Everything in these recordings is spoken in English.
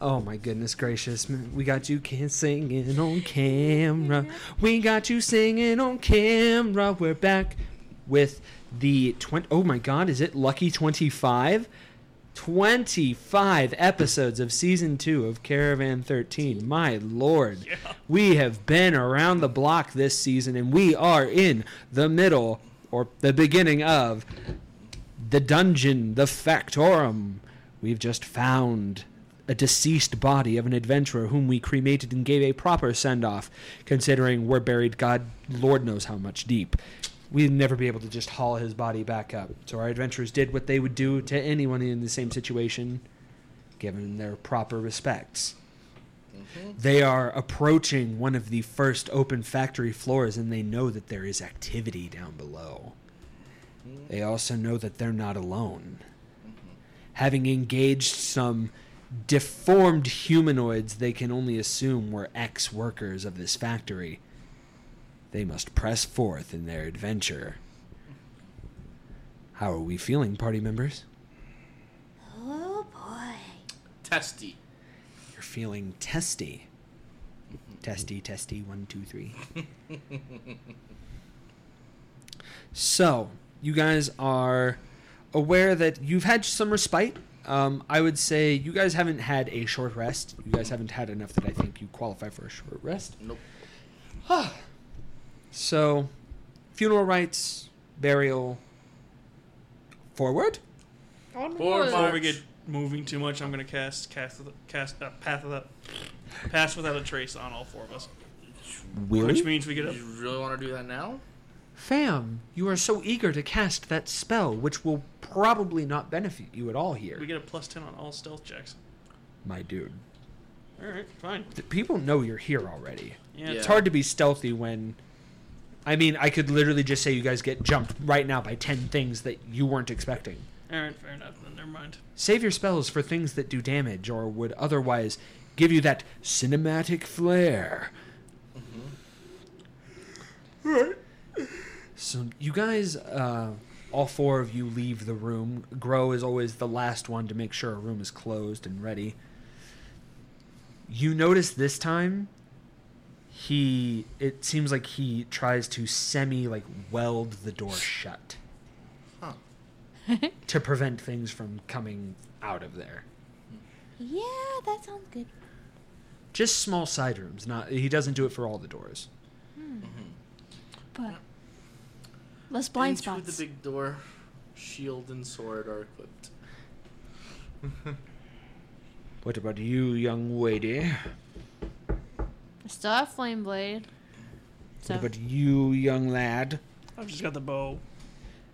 Oh my goodness gracious, man. we got you can singing on camera. We got you singing on camera. We're back with the 20 Oh my god, is it Lucky 25? 25 episodes of season 2 of Caravan 13. My lord. We have been around the block this season and we are in the middle or the beginning of the dungeon, the factorum. We've just found a deceased body of an adventurer whom we cremated and gave a proper send off, considering we're buried God Lord knows how much deep. We'd never be able to just haul his body back up. So our adventurers did what they would do to anyone in the same situation, given their proper respects. They are approaching one of the first open factory floors and they know that there is activity down below. They also know that they're not alone. Having engaged some deformed humanoids they can only assume were ex workers of this factory, they must press forth in their adventure. How are we feeling, party members? Oh boy. Testy. You're feeling testy. Testy, testy, one, two, three. so, you guys are aware that you've had some respite. Um, I would say you guys haven't had a short rest. You guys haven't had enough that I think you qualify for a short rest. Nope. So, funeral rites, burial, forward? Four Before we march. get moving too much, I'm gonna cast cast cast uh, path of the pass without a trace on all four of us, which means we get a You really want to do that now? Fam, you are so eager to cast that spell, which will probably not benefit you at all here. we get a plus ten on all stealth checks. My dude. All right, fine. The people know you're here already. Yeah, Yeah. It's hard to be stealthy when. I mean, I could literally just say you guys get jumped right now by 10 things that you weren't expecting. All right, fair enough. Then never mind. Save your spells for things that do damage or would otherwise give you that cinematic flair. So you guys, uh, all four of you leave the room. Grow is always the last one to make sure a room is closed and ready. You notice this time, he it seems like he tries to semi like weld the door shut. to prevent things from coming out of there. Yeah, that sounds good. Just small side rooms. Not he doesn't do it for all the doors. But less blind Into spots. the big door. Shield and sword are equipped. What about you, young lady? I still have flame blade. So What about you, young lad? I've just got the bow,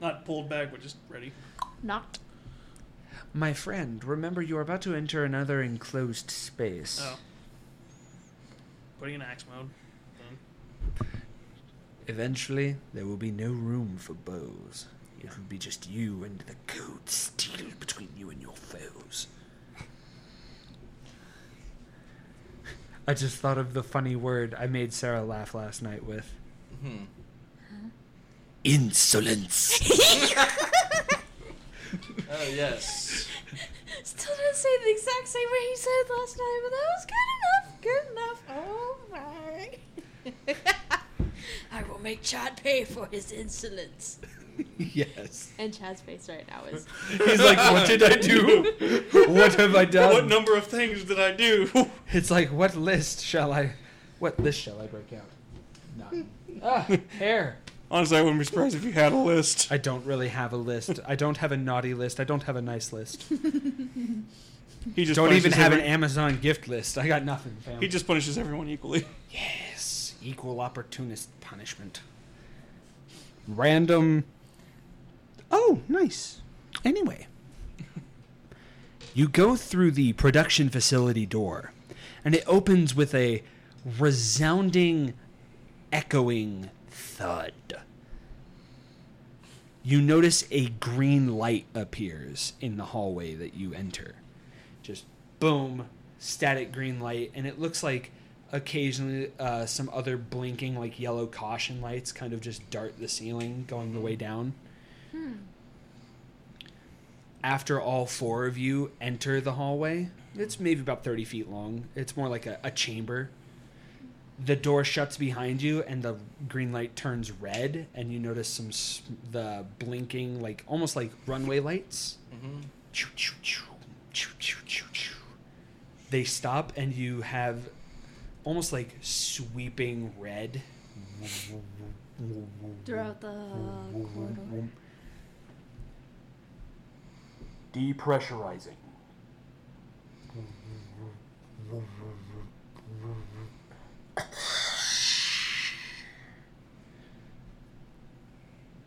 not pulled back, but just ready. knocked. My friend, remember you're about to enter another enclosed space. Oh, putting in axe mode. Then. Eventually, there will be no room for bows. It will be just you and the cold steel between you and your foes. I just thought of the funny word I made Sarah laugh last night with. Insolence. Oh yes. Still didn't say the exact same way he said it last time, but that was good enough. Good enough. Oh my. I will make Chad pay for his insolence. yes. And Chad's face right now is He's like, what did I do? What have I done? what number of things did I do? It's like, what list shall I? What list shall I break out? None. ah, hair. Honestly, I wouldn't be surprised if you had a list. I don't really have a list. I don't have a naughty list. I don't have a nice list. He just don't even punishes have an every- Amazon gift list. I got nothing, fam. He just punishes everyone equally. yes, equal opportunist punishment. Random. Oh, nice. Anyway, you go through the production facility door, and it opens with a resounding, echoing thud. you notice a green light appears in the hallway that you enter. Just boom, static green light, and it looks like occasionally uh, some other blinking, like yellow caution lights kind of just dart the ceiling going the way down. after all four of you enter the hallway, it's maybe about 30 feet long. It's more like a, a chamber. The door shuts behind you, and the green light turns red, and you notice some s- the blinking, like almost like runway lights. Mm-hmm. Choo, choo, choo, choo, choo, choo, choo. They stop, and you have almost like sweeping red Throughout the corridor. Depressurizing.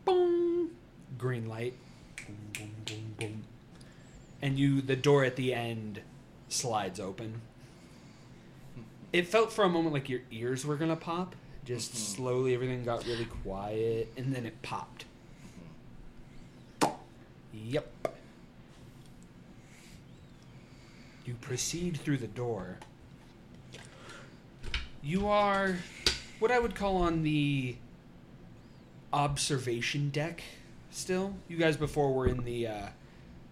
Boom. Green light. Boom, boom, boom, boom. And you, the door at the end slides open. It felt for a moment like your ears were gonna pop. Just Mhm. slowly, everything got really quiet, and then it popped. Yep. You proceed through the door. You are what I would call on the observation deck still. You guys before were in the uh,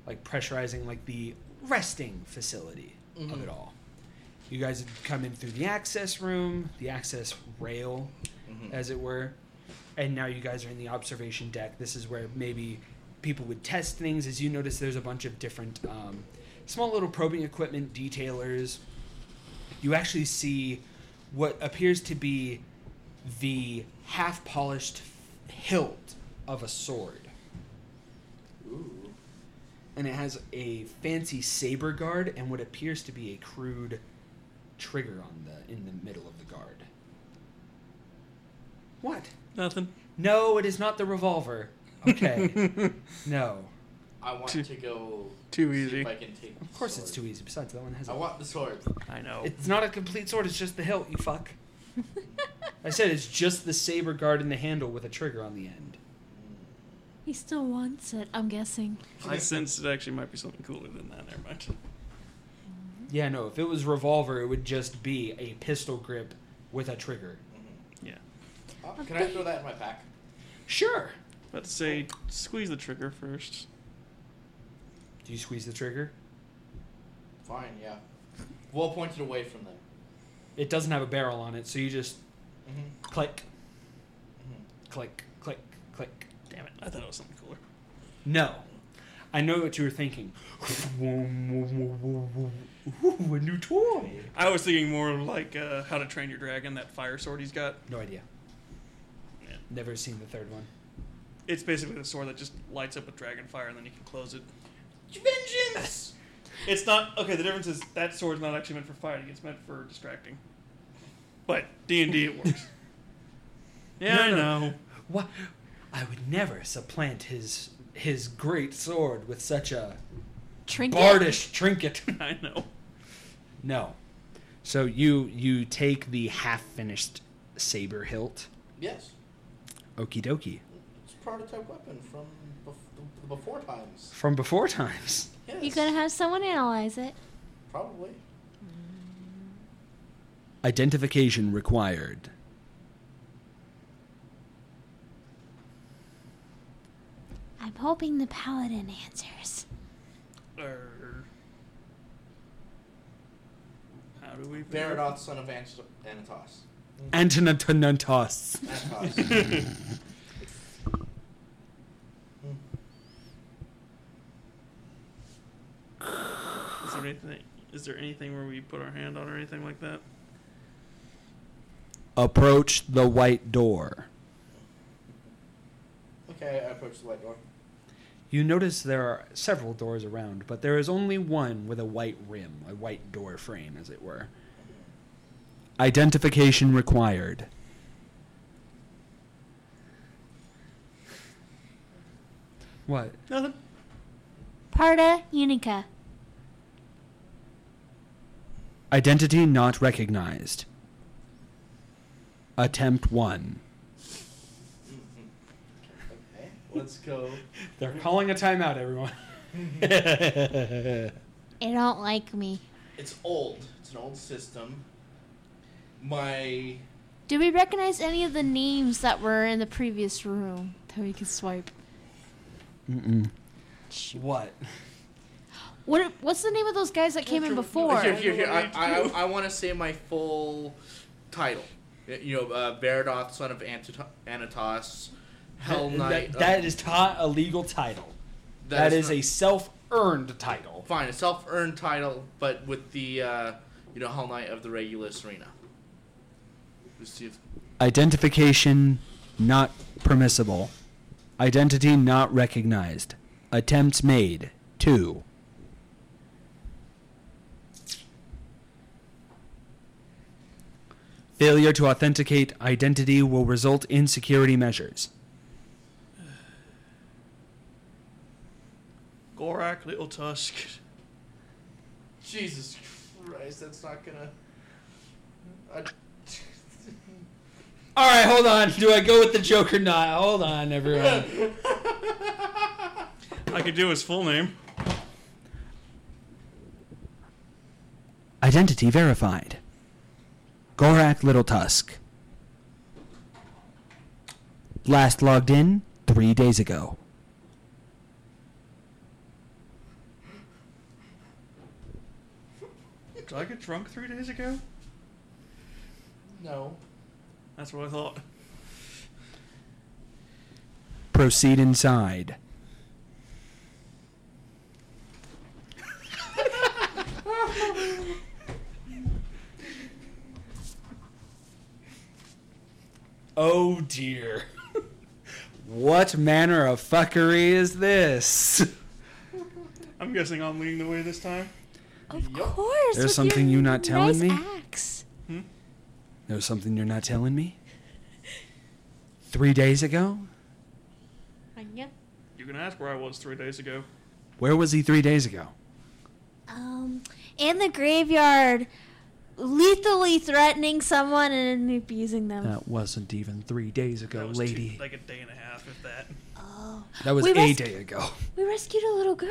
like pressurizing like the resting facility of Mhm. it all. You guys have come in through the access room, the access rail, Mm-hmm. as it were. And now you guys are in the observation deck. This is where maybe people would test things. As you notice, there's a bunch of different um, small little probing equipment, detailers. You actually see what appears to be the half polished hilt of a sword. Ooh. And it has a fancy saber guard and what appears to be a crude trigger on the in the middle of the guard. What? Nothing. No, it is not the revolver. Okay. no. I want Too- to go. too see easy. If I can take. Of course it's too easy. easy. Besides, that one has. I A, want oh. the sword. I know. it's not a complete sword. It's just the hilt. You fuck. I said it's just the saber guard and the handle with a trigger on the end. He still wants it, I'm guessing. Mm. I sense it actually might be something cooler than that. Never mind. Yeah, no. If it was revolver, it would just be a pistol grip with a trigger. Yeah. Mm-hmm. Oh, can I throw that in my pack? Sure. Let's say squeeze the trigger first. Do you squeeze the trigger? Fine. Yeah. Well pointed away from them. It doesn't have a barrel on it, so you just Mm-hmm. click, Mm-hmm. click, click, click. Damn it! I thought it was something cooler. No. I know what you were thinking. Ooh, a new toy. I was thinking more of like uh, How to Train Your Dragon, that fire sword he's got. No idea. Yeah. Never seen the third one. It's basically the sword that just lights up with dragon fire, and then you can close it. Vengeance. It's not okay. The difference is that sword's not actually meant for fighting; it's meant for distracting. But D and D, it works. yeah, No, I no. know. What? I would never supplant his his great sword with such a Trinket. bardish trinket. I know. No. So you you take the half finished saber hilt. Yes. Okie dokie. It's a prototype weapon from bef- the before times. From before times. Yes. You gotta have someone analyze it. Probably. Identification required. I'm hoping the paladin answers. Er, how do we? Baradoth, son of Anst- Anatos. Antonatonantos. Anatos. Mm. Is there anything? Is there anything where we put our hand on or anything like that? Approach the white door. okay, I approach the light door. You notice there are several doors around, but there is only one with a white rim, a white door frame, as it were. Identification required. What? Nothing. Parta Unica. Identity not recognized. Attempt one. Mm-hmm. Okay, let's go. They're calling a timeout, everyone. It don't like me. It's old. It's an old system. My Do we recognize any of the names that were in the previous room that we can swipe? Mm-mm. Shoot. What? What? What's the name of those guys that came in before? Here, here, here. I, What I, do you do? I, want to say my full title. You know, uh, Baradoth, son of Antit- Anatos, Hell Knight. That, uh, that is not a legal title. that is, a self-earned title. a fine, a self-earned title, but with the uh, you know Hell Knight of the Regulus Arena. Let's see if- Identification not permissible. Identity not recognized. Attempts made. Two. Failure to authenticate identity will result in security measures. Gorak, Little Tusk. Jesus Christ, that's not gonna. I, All right, hold on. Do I go with the joke or not? Hold on, everyone. I could do his full name. Identity verified. Gorak Little Tusk. Last logged in three days ago. Did I get drunk three days ago? no. That's what I thought. Proceed inside. oh dear. what manner of fuckery is this? I'm guessing I'm leading the way this time. Of course. There's with something your you're not telling nice me? Axe. There's something you're not telling me? Three days ago? Anya? You can ask where I was three days ago. Where was he three days ago? Um, in the graveyard, lethally threatening someone and abusing Um, them. That wasn't even three days ago, That was two- lady. like a day and a half, if that. Oh, that was we a res- day ago. We rescued a little girl.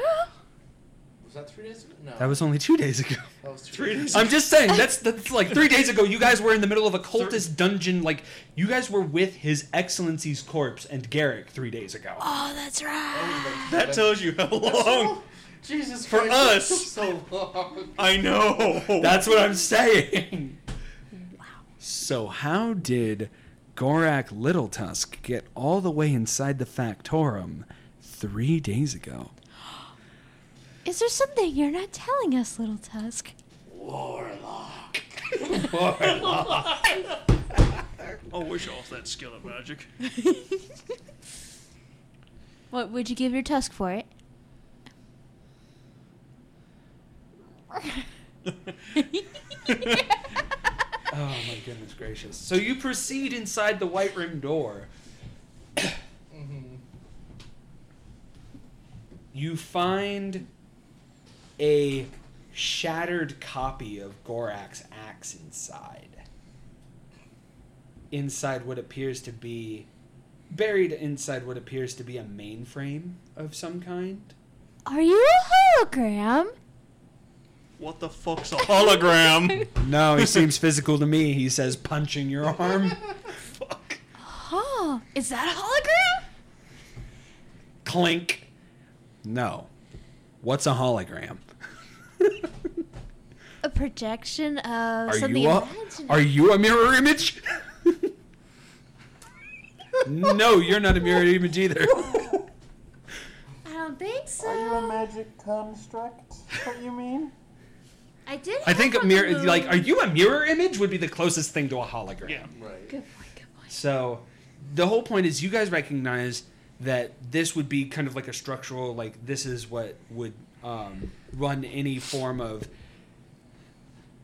Was that three days ago? No. That was only two days ago. That was two Three days I'm just saying that's that's like three days ago. You guys were in the middle of a cultist dungeon. Like you guys were with His Excellency's corpse and Garrick three days ago. Oh, that's right. That tells you how long. Jesus For Christ, us. that's So long. I know. That's what I'm saying. So how did Gorak Little Tusk get all the way inside the Factorum three days ago? Is there something you're not telling us, little Tusk? Warlock. I wish I was that skill at magic. What would you give your tusk for it? Oh my goodness gracious! So you proceed inside the White Room door. Mm-hmm. Mhm. you find a shattered copy of Gorak's axe inside. Inside what appears to be buried inside what appears to be a mainframe of some kind. Are you a hologram? What the fuck's a hologram? No, he seems physical to me. He says punching your arm. Oh, Fuck. Huh? Is that a hologram? Clink. No. What's a hologram? A projection of Are something you a, imaginary. are you a mirror image? no, you're not a mirror image either. I don't think so. magic construct? What you mean? I did. I think a have on mirror, the moon. like, are you a mirror image? Would be the closest thing to a hologram. Yeah. Right. Good point. Good point. So, the whole point is, you guys recognize that this would be kind of like a structural, like this is what would um, run any form of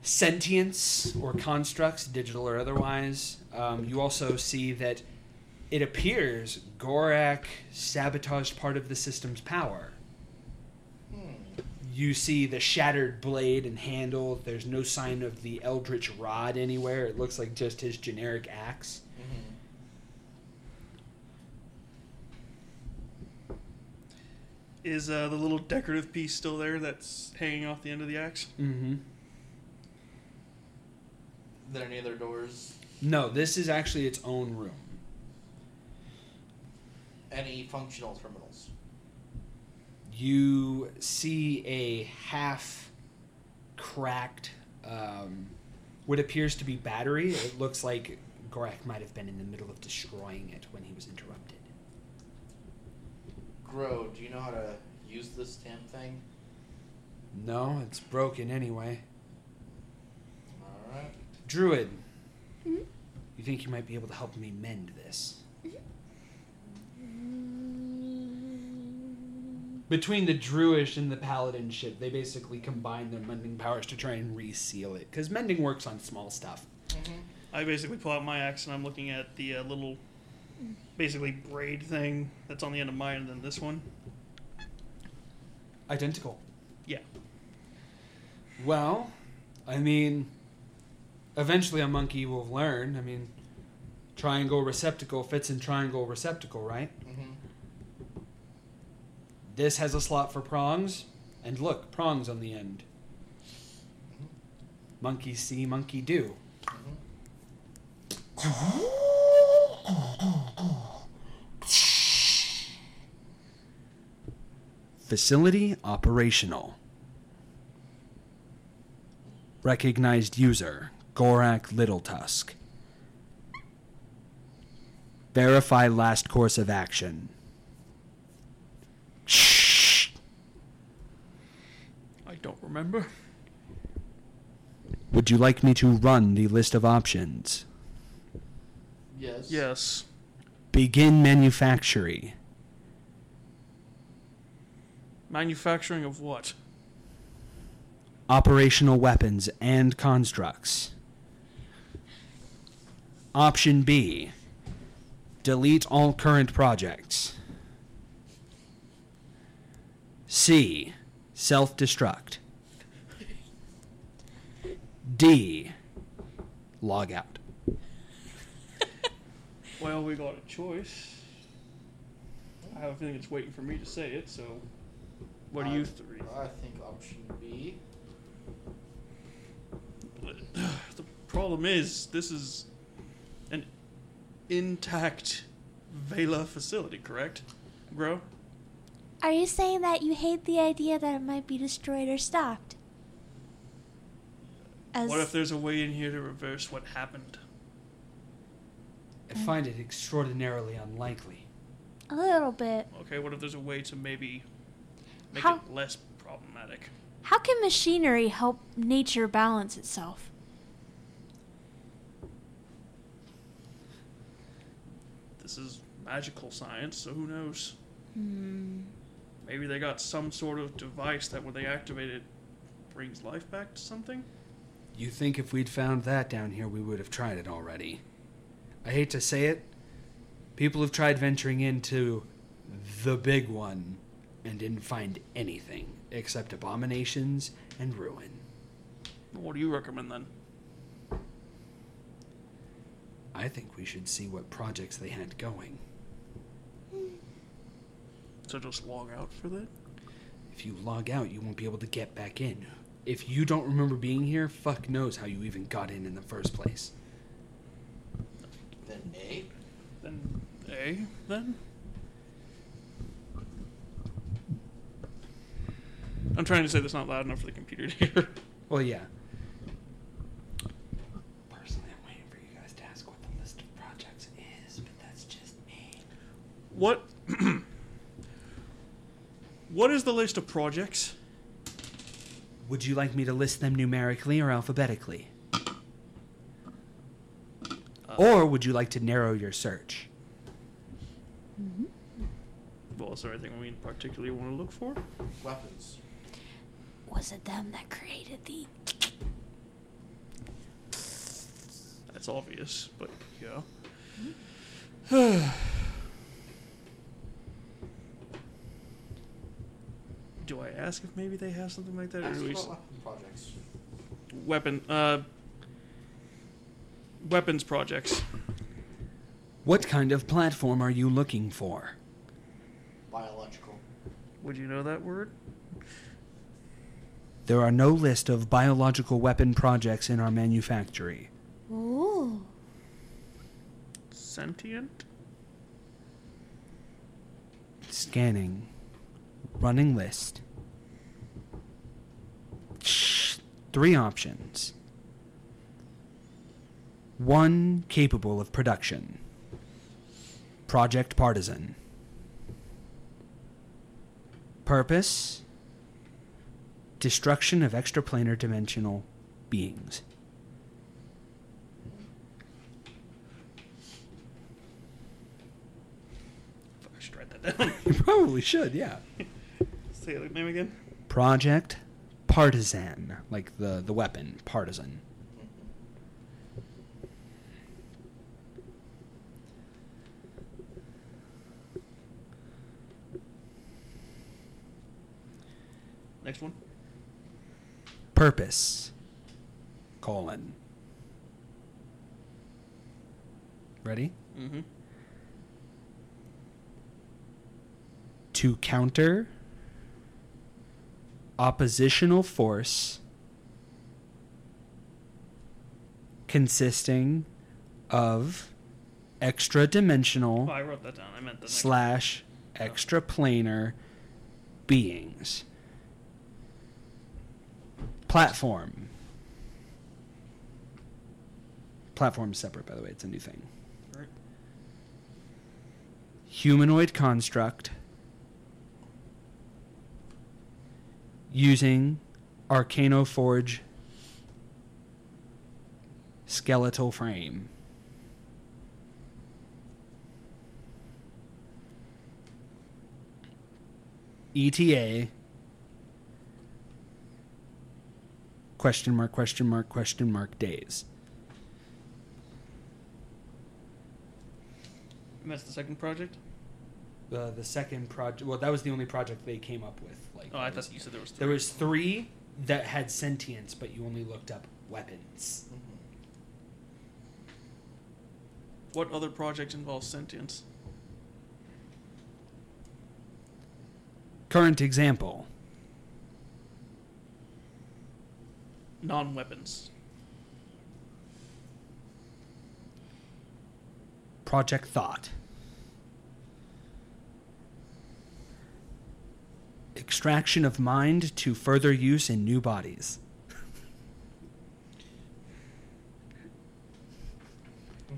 sentience or constructs, digital or otherwise. Um, you also see that it appears Gorak sabotaged part of the system's power. Hmm. Mm-hmm. You see the shattered blade and handle. There's no sign of the Eldritch Rod anywhere. It looks like just his generic axe. Is uh, the little decorative piece still there that's hanging off the end of the axe? Mm-hmm. There any other doors? No, this is actually its own room. Any functional terminals? you see a half cracked, um, what appears to be battery. It looks like Gorak might have been in the middle of destroying it when he was interrupted. Grow, do you know how to use this damn thing? No, it's broken anyway. Alright. Druid, Mhm. you think you might be able to help me mend this? Between the Druish and the Paladin ship, they basically combine their mending powers to try and reseal it. Because mending works on small stuff. Mm-hmm. I basically pull out my axe and I'm looking at the uh, little, basically braid thing that's on the end of mine, and then this one. Identical. Yeah. Well, I mean, eventually a monkey will learn. I mean, triangle receptacle fits in triangle receptacle, right? Mm-hmm. This has a slot for prongs, and look, prongs on the end. Monkey see, monkey do. Facility operational. Recognized user Gorak Little Tusk. Verify last course of action. Shh. I don't remember. Would you like me to run the list of options? Yes. Yes. Begin manufacturing. Manufacturing of what? operational weapons and constructs. Option B delete all current projects. C self destruct. D log out. Well, we got a choice. I have a feeling it's waiting for me to say it. So, what do I- you three? I think option B. the problem is this is an intact Vela facility, correct, bro? Are you saying that you hate the idea that it might be destroyed or stopped? As What if there's a way in here to reverse what happened? I find it extraordinarily unlikely. a little bit. Okay, what if there's a way to maybe make How- it less problematic? How can machinery help nature balance itself? This is magical science, so who knows? Hmm. Maybe they got some sort of device that when they activate it brings life back to something? You think if we'd found that down here, we would have tried it already. I hate to say it. People have tried venturing into the big one and didn't find anything except abominations and ruin. What do you recommend then? I think we should see what projects they had going. So just log out for that? If you log out, you won't be able to get back in. If you don't remember being here, fuck knows how you even got in in the first place. Then A. Then A, then? I'm trying to say this not loud enough for the computer to hear. Well, yeah. Personally, I'm waiting for you guys to ask what the list of projects is, but that's just me. What? what is the list of projects? Would you like me to list them numerically or alphabetically? or would you like to narrow your search? Well, is there anything we particularly want to look for? Weapons. Was it them that created the That's obvious, but yeah. Do I ask if maybe they have something like that? Ask do we about s- weapon projects. weapon, uh, weapons projects. What kind of platform are you looking for? Biological. Would you know that word? There are no list of biological weapon projects in our manufactory. Ooh. Sentient? Scanning. running list. Three options. One capable of production. Project Partisan. Purpose Destruction of extraplanar dimensional beings. Fuck, I should write that down. You probably should, yeah. Say the name again. Project Partisan, like the, the weapon, Partisan. Mm-hmm. Next one. Purpose. Colon. Ready? Mm-hmm. to counter oppositional force consisting of extra Oh, dimensional I wrote that down. I meant the next slash extraplanar beings. Platform. Platform is separate, by the way. It's a new thing. Right. humanoid construct using Arcano Forge skeletal frame. E ETA question mark question mark question mark days. And that's the second project. The the second project well that was the only project they came up with like Oh, I thought you said there was three. There was three that had sentience, but you only looked up weapons. Mm-hmm. What other project involves sentience? Current example: Non-weapons. Project Thought. Extraction of mind to further use in new bodies.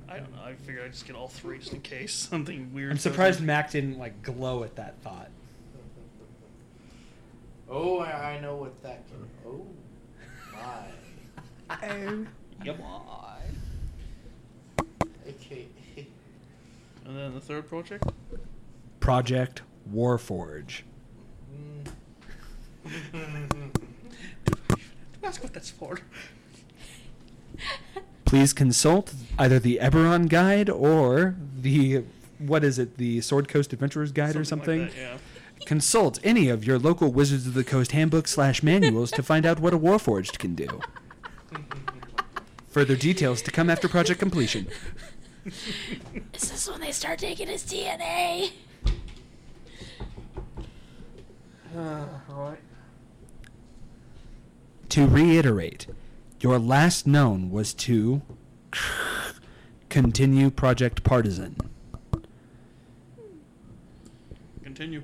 I don't know. I figured I'd just get all three just in case something weird. I'm goes on. surprised Mac didn't like glow at that thought. Mm-hmm. Oh, I, I know what that can. Oh, my. Yep. Okay. And then the third project. Project Warforge. Ask what that's for. Please consult either the Eberron guide or the what is it, the Sword Coast Adventurers guide or something. Like that, yeah. Consult any of your local Wizards of the Coast handbook slash manuals to find out what a Warforged can do. Further details to come after project completion. Is this when they start taking his DNA? Uh, right. To reiterate, your last known was to continue Project Partisan. Continue.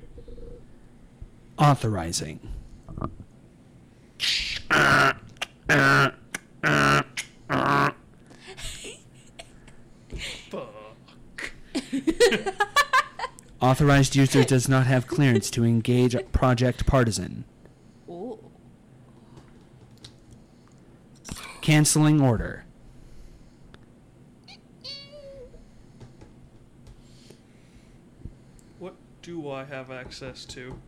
Authorizing. Fuck. Authorized user does not have clearance to engage Project Partisan. Ooh. Canceling order. What do I have access to?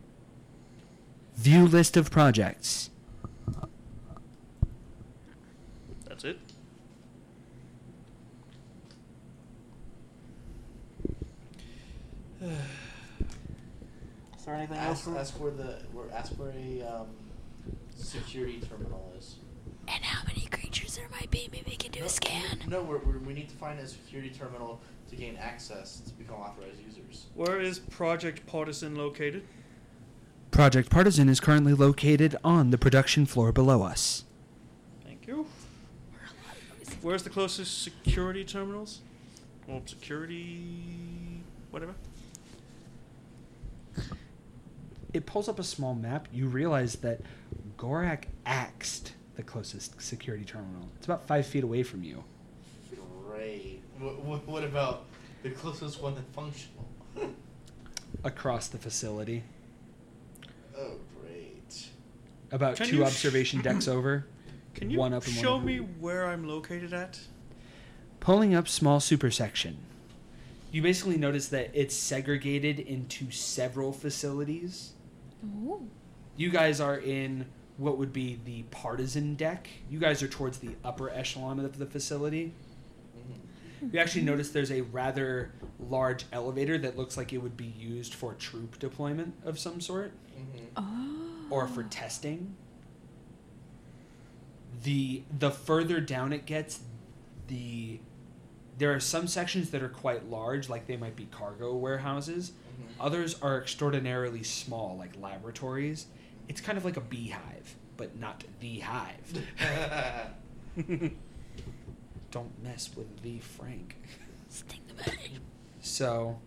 View list of projects. That's it. Is there anything else? Ask, we- ask where the where, ask where a um, security terminal is. And how many creatures there might be? Maybe we can do a scan. No, we're, we're, we need to find a security terminal to gain access to become authorized users. Where is Project Partisan located? Project Partisan is currently located on the production floor below us. Thank you. Where's the closest security terminals? Well, security. whatever. it pulls up a small map. You realize that Gorak axed the closest security terminal. It's about five feet away from you. Great. What, what, what about the closest one that's functional? across the facility, oh, great. about Can two you sh- observation decks over. Can you One up and one show over. me where I'm located at? Pulling up small supersection. You basically notice that it's segregated into several facilities. Ooh. You guys are in what would be the partisan deck. You guys are towards the upper echelon of the facility. Mm-hmm. You actually notice there's a rather large elevator that looks like it would be used for troop deployment of some sort. Mm-hmm. Oh. or for testing. The the further down it gets, the there are some sections that are quite large, like they might be cargo warehouses. Mm-hmm. Others are extraordinarily small, like laboratories. It's kind of like a beehive, but not the hive. Mm-hmm. Don't mess with the Frank. Sting the bag. Mm-hmm. So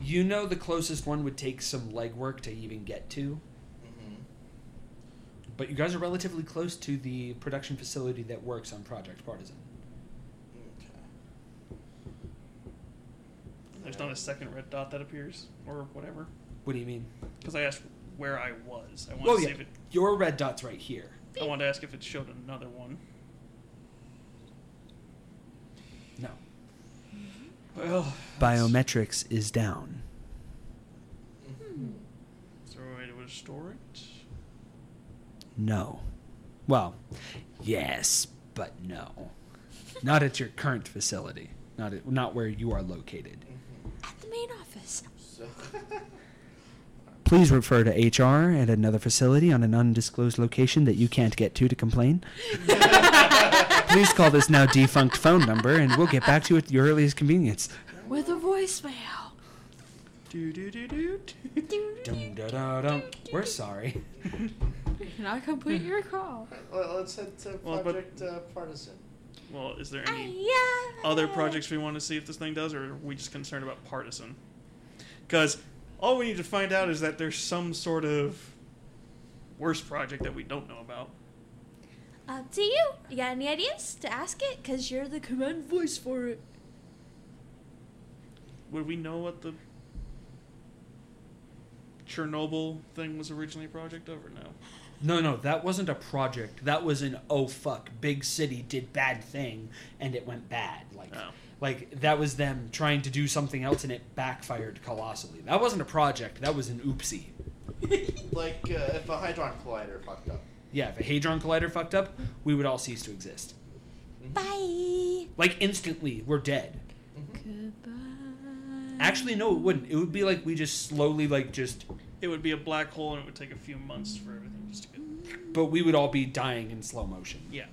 you know the closest one would take some legwork to even get to. Mm-hmm. But you guys are relatively close to the production facility that works on Project Partisan. Mm-hmm. There's not a second red dot that appears or whatever. What do you mean? Because I asked where I was. I wanted Oh to see yeah, if it. your red dot's right here. I wanted to ask if it showed another one. No. Well, Biometrics is down. Mm-hmm. Hmm. Is there a way to restore it? No. Well, yes, but no. Not at your current facility. Not at, not where you are located. At the main office. Mm-hmm. So, Please refer to HR at another facility on an undisclosed location that you can't get to to complain. Please call this now defunct phone number and we'll get back to you at your earliest convenience. With a voicemail. Do do do do. do. Dum, da, da, dum. We're sorry. You cannot complete your call. well, let's head to Well, but- Project uh, Partisan. Well, is there any Yeah. other projects we want to see if this thing does, or are we just concerned about partisan? Because all we need to find out is that there's some sort of worse project that we don't know about. Up to you. You got any ideas to ask it? Because you're the command voice for it. Would we know what the Chernobyl thing was originally a project of, or no? No, no, that wasn't a project. That was an oh fuck, big city did bad thing and it went bad. Like Oh. like that was them trying to do something else and it backfired colossally. That wasn't a project, that was an oopsie. Like, uh, if a Hydron Collider fucked up. Yeah, if a hadron collider fucked up, we would all cease to exist. Bye. Like instantly, we're dead. Goodbye. Actually, no, it wouldn't. It would be like we just slowly like just It would be a black hole, and it would take a few months for everything just to get. but we would all be dying in slow motion. Yeah.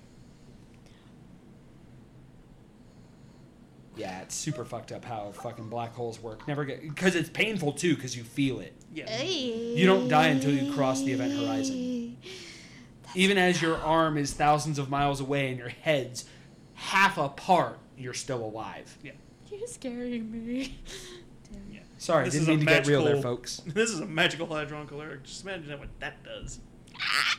Yeah, it's super fucked up how fucking black holes work. Never get because it's painful too because you feel it. Yeah. Hey. You don't die until you cross the event horizon. Even as your arm is thousands of miles away and your head's half apart, you're still alive. You're scaring me. Sorry, This didn't is a mean to get real there, magical- folks. This is a magical hydron caloric. Just imagine what that does. Ah.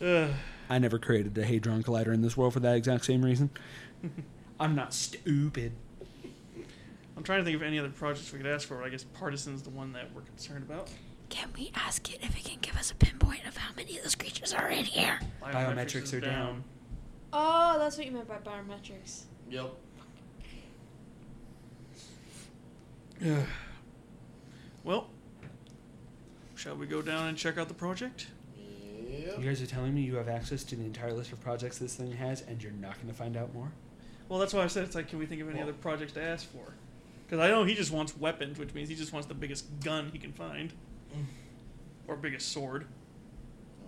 Ugh. I never created a hadron collider in this world for that exact same reason. I'm not stupid. I'm trying to think of any other projects we could ask for, but I guess Partisan's the one that we're concerned about. Can we ask it if it can give us a pinpoint of how many of those creatures are in here? Biometrics is are down. Oh, that's what you meant by biometrics. Yep. Well, shall we go down and check out the project? Yep. You guys are telling me you have access to the entire list of projects this thing has, and you're not going to find out more? Well, that's why I said it's like, can we think of any other projects to ask for? Because I know he just wants weapons, which means he just wants the biggest gun he can find, or biggest sword.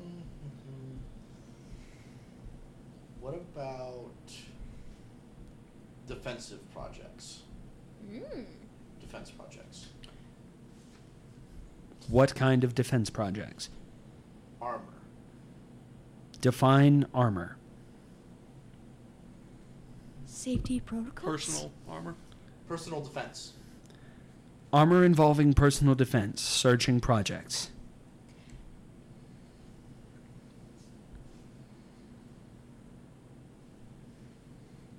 Mhm. What about defensive projects? Mm. Hmm. Defense projects. What kind of defense projects? Armor. Define armor. Safety protocols. Personal armor. Personal defense. Armor involving personal defense, searching projects.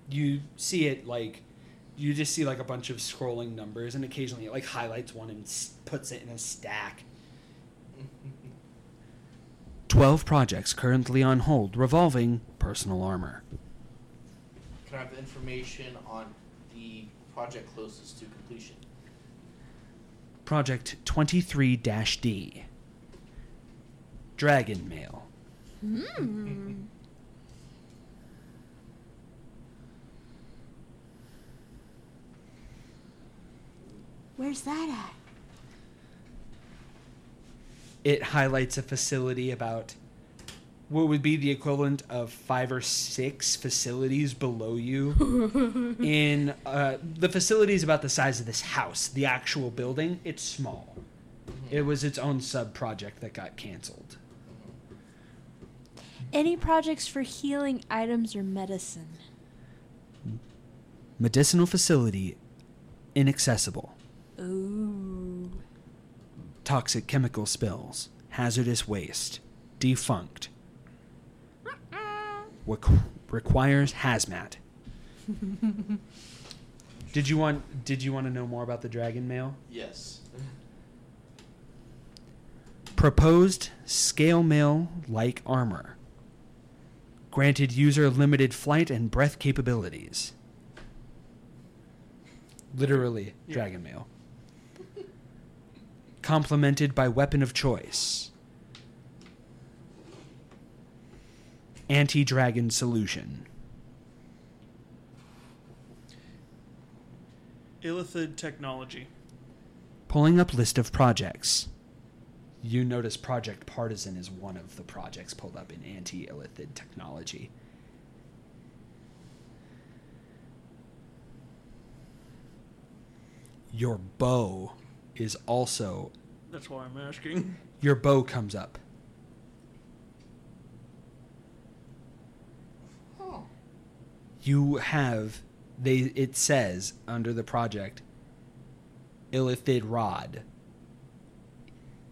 You see it like you just see like a bunch of scrolling numbers and occasionally it like highlights one and s- puts it in a stack. 12 projects currently on hold revolving personal armor. Can I have the information on the project closest to completion? Project 23 D. Dragon Mail. Hmm. Mm. Where's that at? It highlights a facility about what would be the equivalent of five or six facilities below you. in uh, the facility is about the size of this house, the actual building. It's small. It was its own sub project that got canceled. Any projects for healing items or medicine? Medicinal facility inaccessible. Ooh. toxic chemical spills, hazardous waste, defunct. Requ- requires hazmat. did you want did you want to know more about the dragon mail? Yes. Proposed scale mail like armor. Granted user limited flight and breath capabilities. Literally, Yeah. dragon mail. Complemented by weapon of choice. Anti dragon solution. Illithid technology. Pulling up list of projects. You notice Project Partisan is one of the projects pulled up in anti illithid technology. Your bow is also. That's why I'm asking. Your bow comes up. Oh. You have. They. It says under the project Illithid Rod.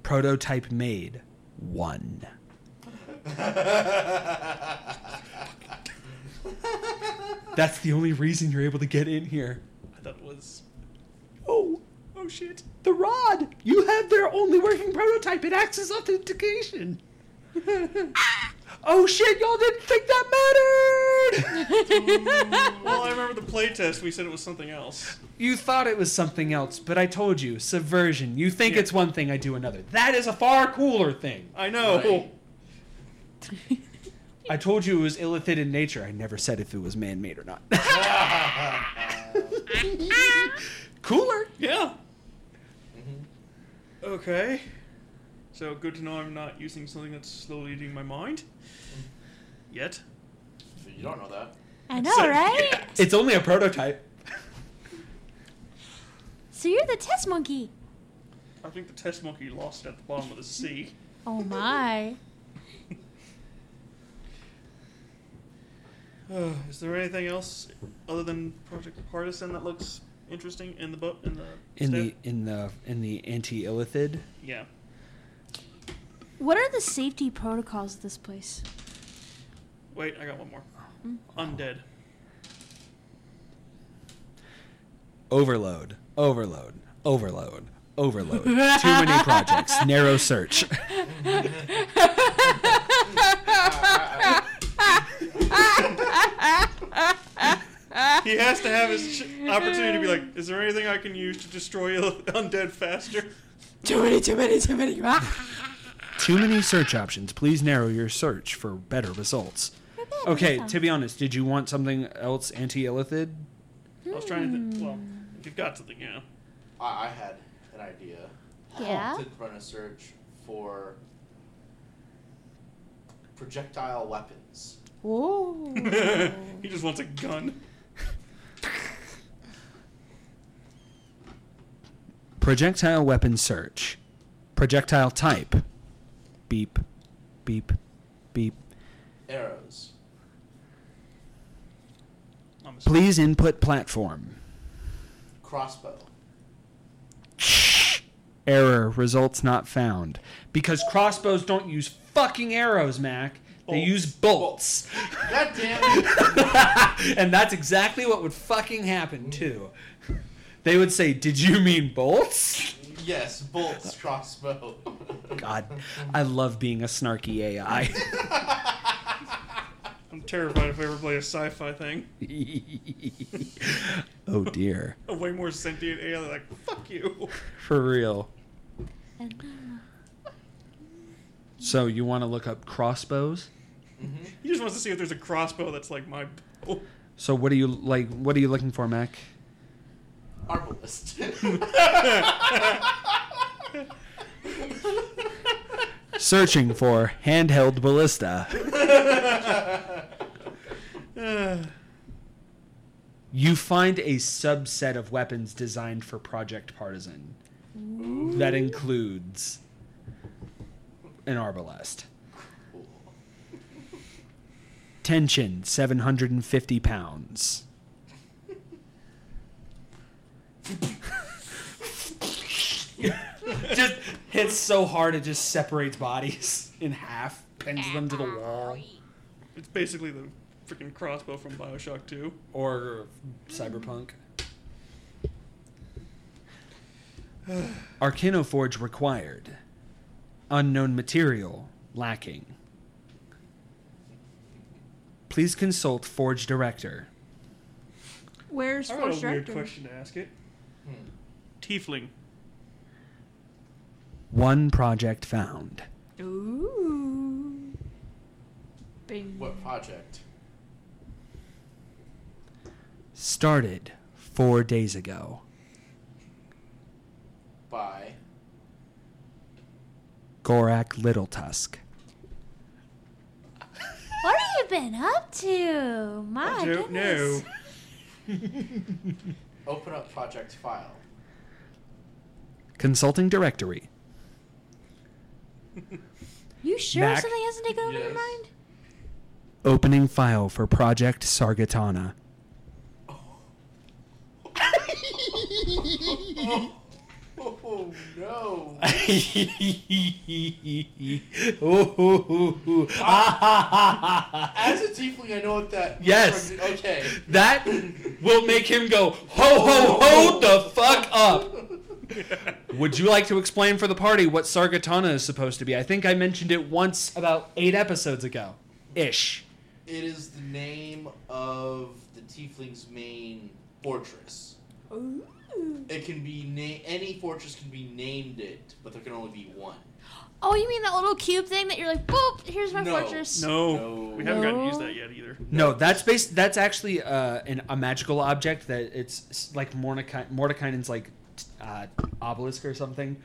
Prototype made. One. That's the only reason you're able to get in here. I thought it was. Oh, Oh shit. the rod! You have their only working prototype. It acts as authentication. oh shit! Y'all didn't think that mattered. Well, I remember the playtest. We said it was something else. you thought it was something else, but I told you subversion. You think Yeah. it's one thing, I do another. That is a far cooler thing. I know. Right. I told you it was illithid in nature. I never said if it was man-made or not. cooler. Yeah. Mm-hmm. Okay. So good to know I'm not using something that's slowly eating my mind. Yet. you don't know that. I know, So- right? It's only a prototype. So you're the test monkey. I think the test monkey lost it at the bottom of the sea. Oh my. Uh, is there anything else other than Project Partisan that looks interesting in the book? In the In staff? the in the in the anti-illithid. yeah. What are the safety protocols of this place? Wait, I got one more. Undead. overload, overload, overload, overload. Too many projects. Narrow search. He has to have his ch- opportunity to be like, is there anything I can use to destroy il- undead faster? Too many, too many, too many. Too many search options. Please narrow your search for better results. Okay, to be honest, did you want something else anti-illithid? I was trying to think. Well, if you've got something, yeah. I, I had an idea Yeah. to run a search for projectile weapons. Whoa. he just wants a gun. Projectile weapon search. Projectile type. Beep, beep, beep. Arrows. I'm assuming. Please input platform. Crossbow. Error. Results not found. Because crossbows don't use fucking arrows, Mac. They Bolts. use bolts. God damn it! and that's exactly what would fucking happen, too. They would say, Did you mean bolts? Yes, bolts, crossbow. God, I love being a snarky AI. I'm terrified if I ever play a sci-fi thing. oh dear. A way more sentient AI, they're like fuck you. For real. And then- So you want to look up crossbows? He just wants to see if there's a crossbow that's like my bow. So what are you like what are you looking for, Mac? Arbalist. Searching for handheld ballista. Uh, You find a subset of weapons designed for Project Partisan. That includes an arbalest. Tension, 750 pounds. just hits so hard it just separates bodies in half, pins them to the wall. it's basically the freaking crossbow from Bioshock 2. Or cyberpunk. Arcano Forge required. Unknown material lacking. Please consult Forge Director. Where's I Oh, got a Forge weird Director? question to ask it. Tiefling. One project found. Ooh. Bing. what project? Started four days ago. By. Gorak Little Tusk. What have you been up to? My I don't goodness. know. Open up project file. Consulting Directory. You sure Mac? something hasn't taken over your Yes. mind? Opening file for Project Sargatana. Oh no! As a tiefling, I know what that. Yes. Okay. that will make him go ho ho ho the fuck up. Would you like to explain for the party what Sargatana is supposed to be? I think I mentioned it once about eight episodes ago, ish. It is the name of the tiefling's main fortress. It can be na- any fortress can be named it, but there can only be one. Oh, you mean that little cube thing that you're like, boop, here's my No. fortress. No, No. we haven't gotten to use No. that yet either. No, that's based. That's actually uh, an, a magical object that it's s- like Mordecai, Mordekainen's like t- uh, obelisk or something.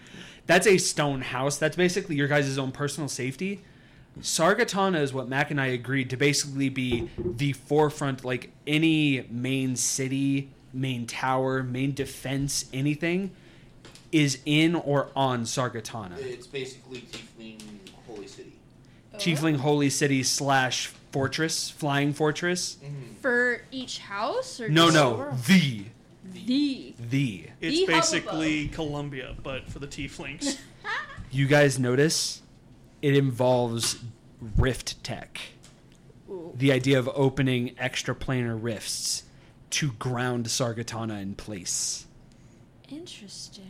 That's a stone house. That's basically your guys' own personal safety. Sargatana is what Mac and I agreed to basically be the forefront, like any main city, main tower, main defense, anything is in or on Sargatana. It's basically tiefling holy city. Oh. Chiefling Holy City slash fortress, flying fortress. For each house? Or No, just no, overall? the. The. The. It's The basically Columbia, but for the tieflings. You guys notice it involves rift tech. Ooh. The idea of opening extraplanar rifts to ground Sargatana in place. Interesting.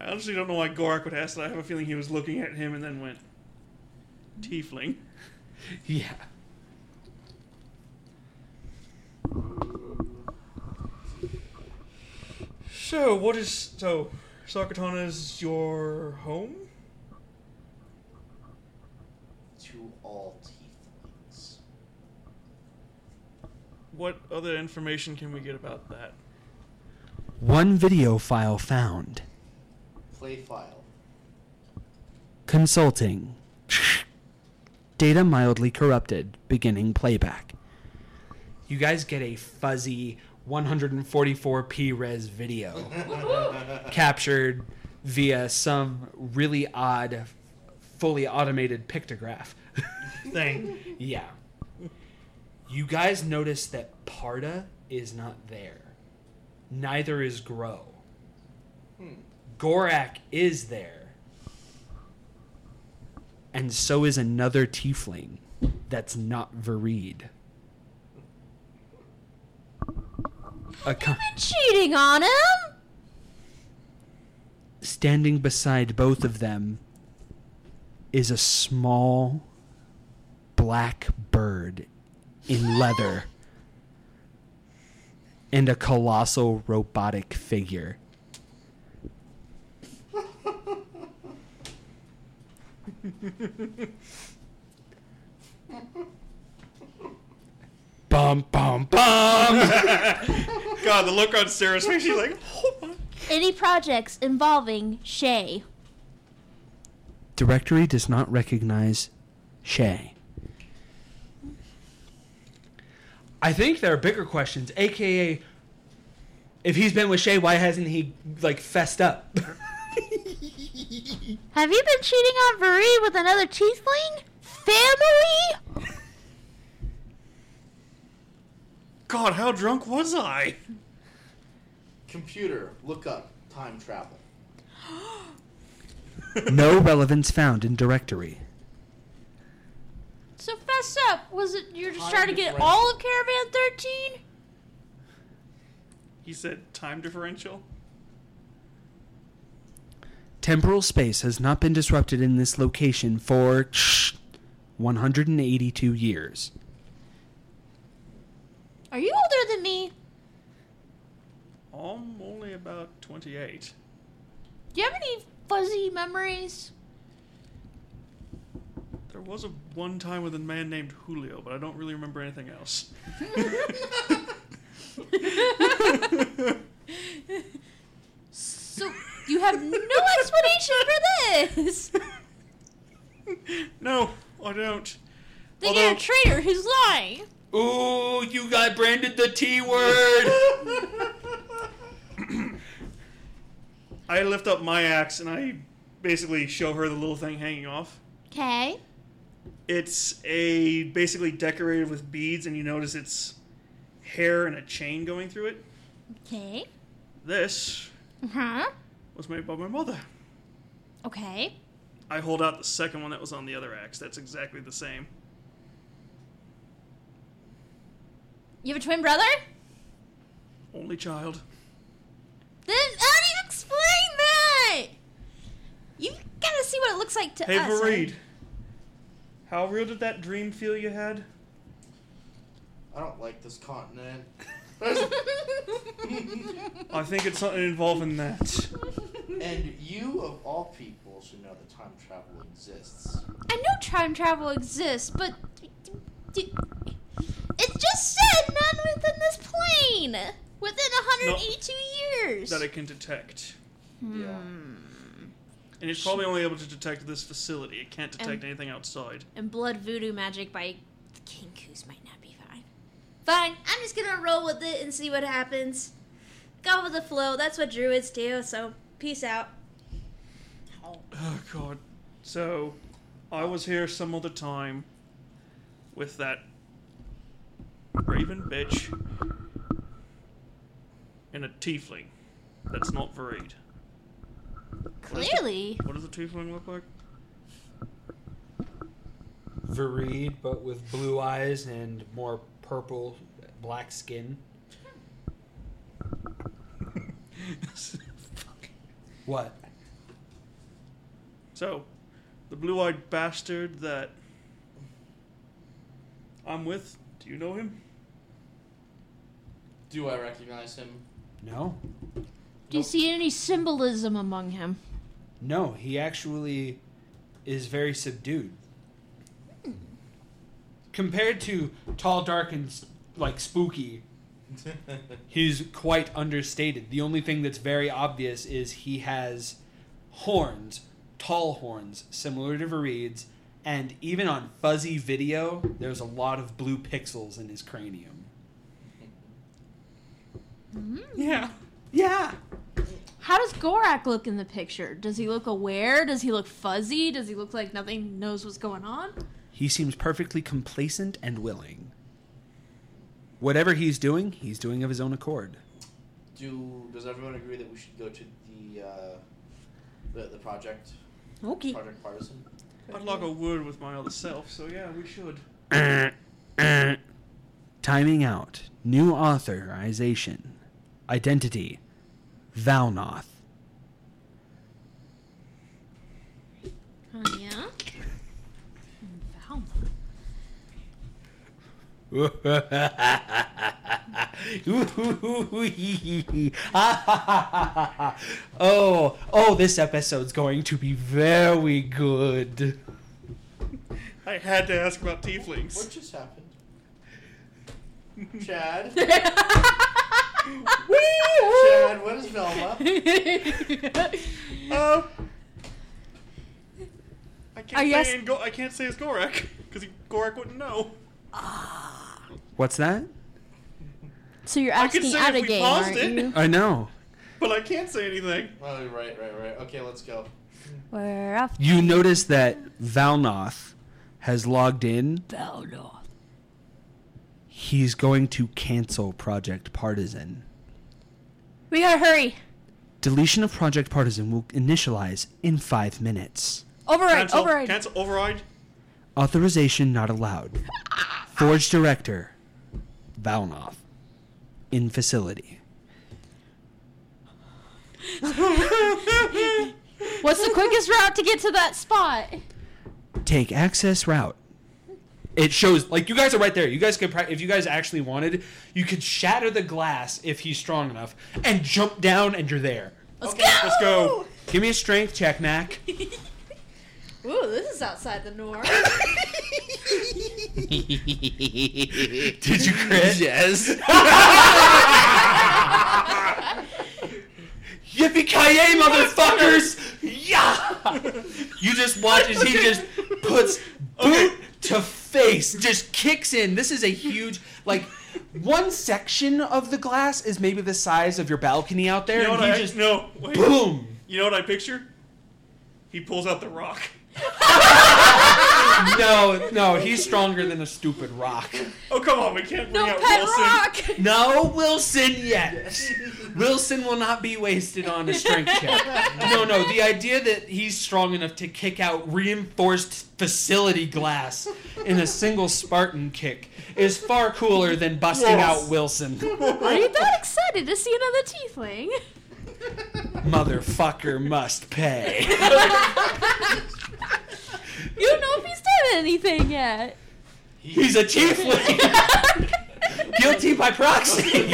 I honestly don't know why Gorak would ask that. I have a feeling he was looking at him and then went, Tiefling. Yeah. So, what is. So, Sakatana is your home? To all tieflings. What other information can we get about that? One video file found. Play file. Consulting. Data mildly corrupted. Beginning playback. You guys get a fuzzy 144p res video captured via some really odd, fully automated pictograph thing. Yeah. You guys notice that Parda is not there. Neither is Grow. Gorak is there. And so is another tiefling that's not Vareed. A co- Cheating on him? standing beside both of them is a small black bird in leather and a colossal robotic figure. bum bum bum. God, the look on Sarah's face, she's like, oh my. Any projects involving Shay? Directory does not recognize Shay. I think there are bigger questions, aka if he's been with Shay, why hasn't he like fessed up? Have you been cheating on Varee with another tiefling? Family? God, how drunk was I? Computer, look up time travel. no relevance found in directory. So fess up. Was it you're just Time trying to get differential. all of Caravan 13? He said time differential. Temporal space has not been disrupted in this location for 182 years. Are you older than me? I'm only about 28. Do you have any fuzzy memories? There was a one time with a man named Julio, but I don't really remember anything else. So you have no explanation for this. No, I don't. They Although- get a traitor who's lying. Ooh, you got branded the T word. I lift up my axe and I basically show her the little thing hanging off. Okay. It's a basically decorated with beads, and you notice it's hair and a chain going through it. Okay. This Huh? was made by my mother. Okay. I hold out the second one that was on the other axe. That's exactly the same. You have a twin brother? Only child. Then how do you explain that? You gotta see what it looks like to Hey, us. Vareed. How real did that dream feel you had? I don't like this continent. I think it's something involving that. And you, of all people, should know that time travel exists. I know time travel exists, but it's just said none within this plane within 182 years. That it can detect. Yeah. And it's probably only able to detect this facility. It can't detect And- anything outside. and blood voodoo magic by King Koos might not be fine. Fine, I'm just gonna roll with it and see what happens. Go with the flow. That's what druids do. So peace out. Oh god. So, I was here some other time with that raven bitch and a tiefling. That's not varied. Clearly. What does a tiefling look like? Vareed, but with blue eyes and more purple, black skin. What? so, the blue-eyed bastard that I'm with. Do you know him? Do I recognize him? No. Do you see any symbolism among him? No, he actually is very subdued. Compared to tall, dark, and s- like spooky, he's quite understated. The only thing that's very obvious is he has horns, tall horns, similar to Vareed's, and even on fuzzy video, there's a lot of blue pixels in his cranium. Yeah. Yeah. How does Gorak look in the picture? Does he look aware? Does he look fuzzy? Does he look like nothing knows what's going on? He seems perfectly complacent and willing. Whatever he's doing, he's doing of his own accord. Do does everyone agree that we should go to the uh, The, the project, Okay. project partisan. I'd log a wood with my other self, so yeah, we should. Timing out. New authorization. Identity. Valnoth. Oh, yeah? Valma. oh, oh, this episode's going to be very good. I had to ask about tieflings. What just happened? Chad, Chad, what is Velma? Uh, I can't I say guess- in Go- I can't say it's Gorak because Gorak wouldn't know. What's that? so you're could asking say out if of we game, paused aren't it. you? I know. But I can't say anything. Oh, right, right, right. Okay, let's go. We're off. You notice that Valnoth has logged in. Valnor. He's going to cancel Project Partisan. We gotta hurry. Deletion of Project Partisan will initialize in five minutes. Override. cancel, Override. cancel, override. Authorization not allowed. Forge director, Valnoth. In facility. What's the quickest route to get to that spot? Take access route. It shows like you guys are right there. You guys could, pri- if you guys actually wanted, you could shatter the glass if he's strong enough, and jump down, and you're there. Let's Let's go. Give me a strength check, Mac. Ooh, this is outside the norm. Did you crit? Yes. Yippee ki yay, motherfuckers! Yeah! You just watch as he just puts boot to face, just kicks in. This is a huge, like, one section of the glass is maybe the size of your balcony out there, You know what and I he just no. Wait. boom. You know what I picture? He pulls out the rock. No, no, he's stronger than a stupid rock. Oh come on, we can't bring no out pet Wilson. rock. No Wilson yet. Wilson will not be wasted on a strength check. No, no, the idea that he's strong enough to kick out reinforced facility glass in a single Spartan kick is far cooler than busting Yes. out Wilson. Are you that excited to see another tiefling? Motherfucker must pay. You don't know if he's done anything yet. He's a tiefling. Guilty by proxy.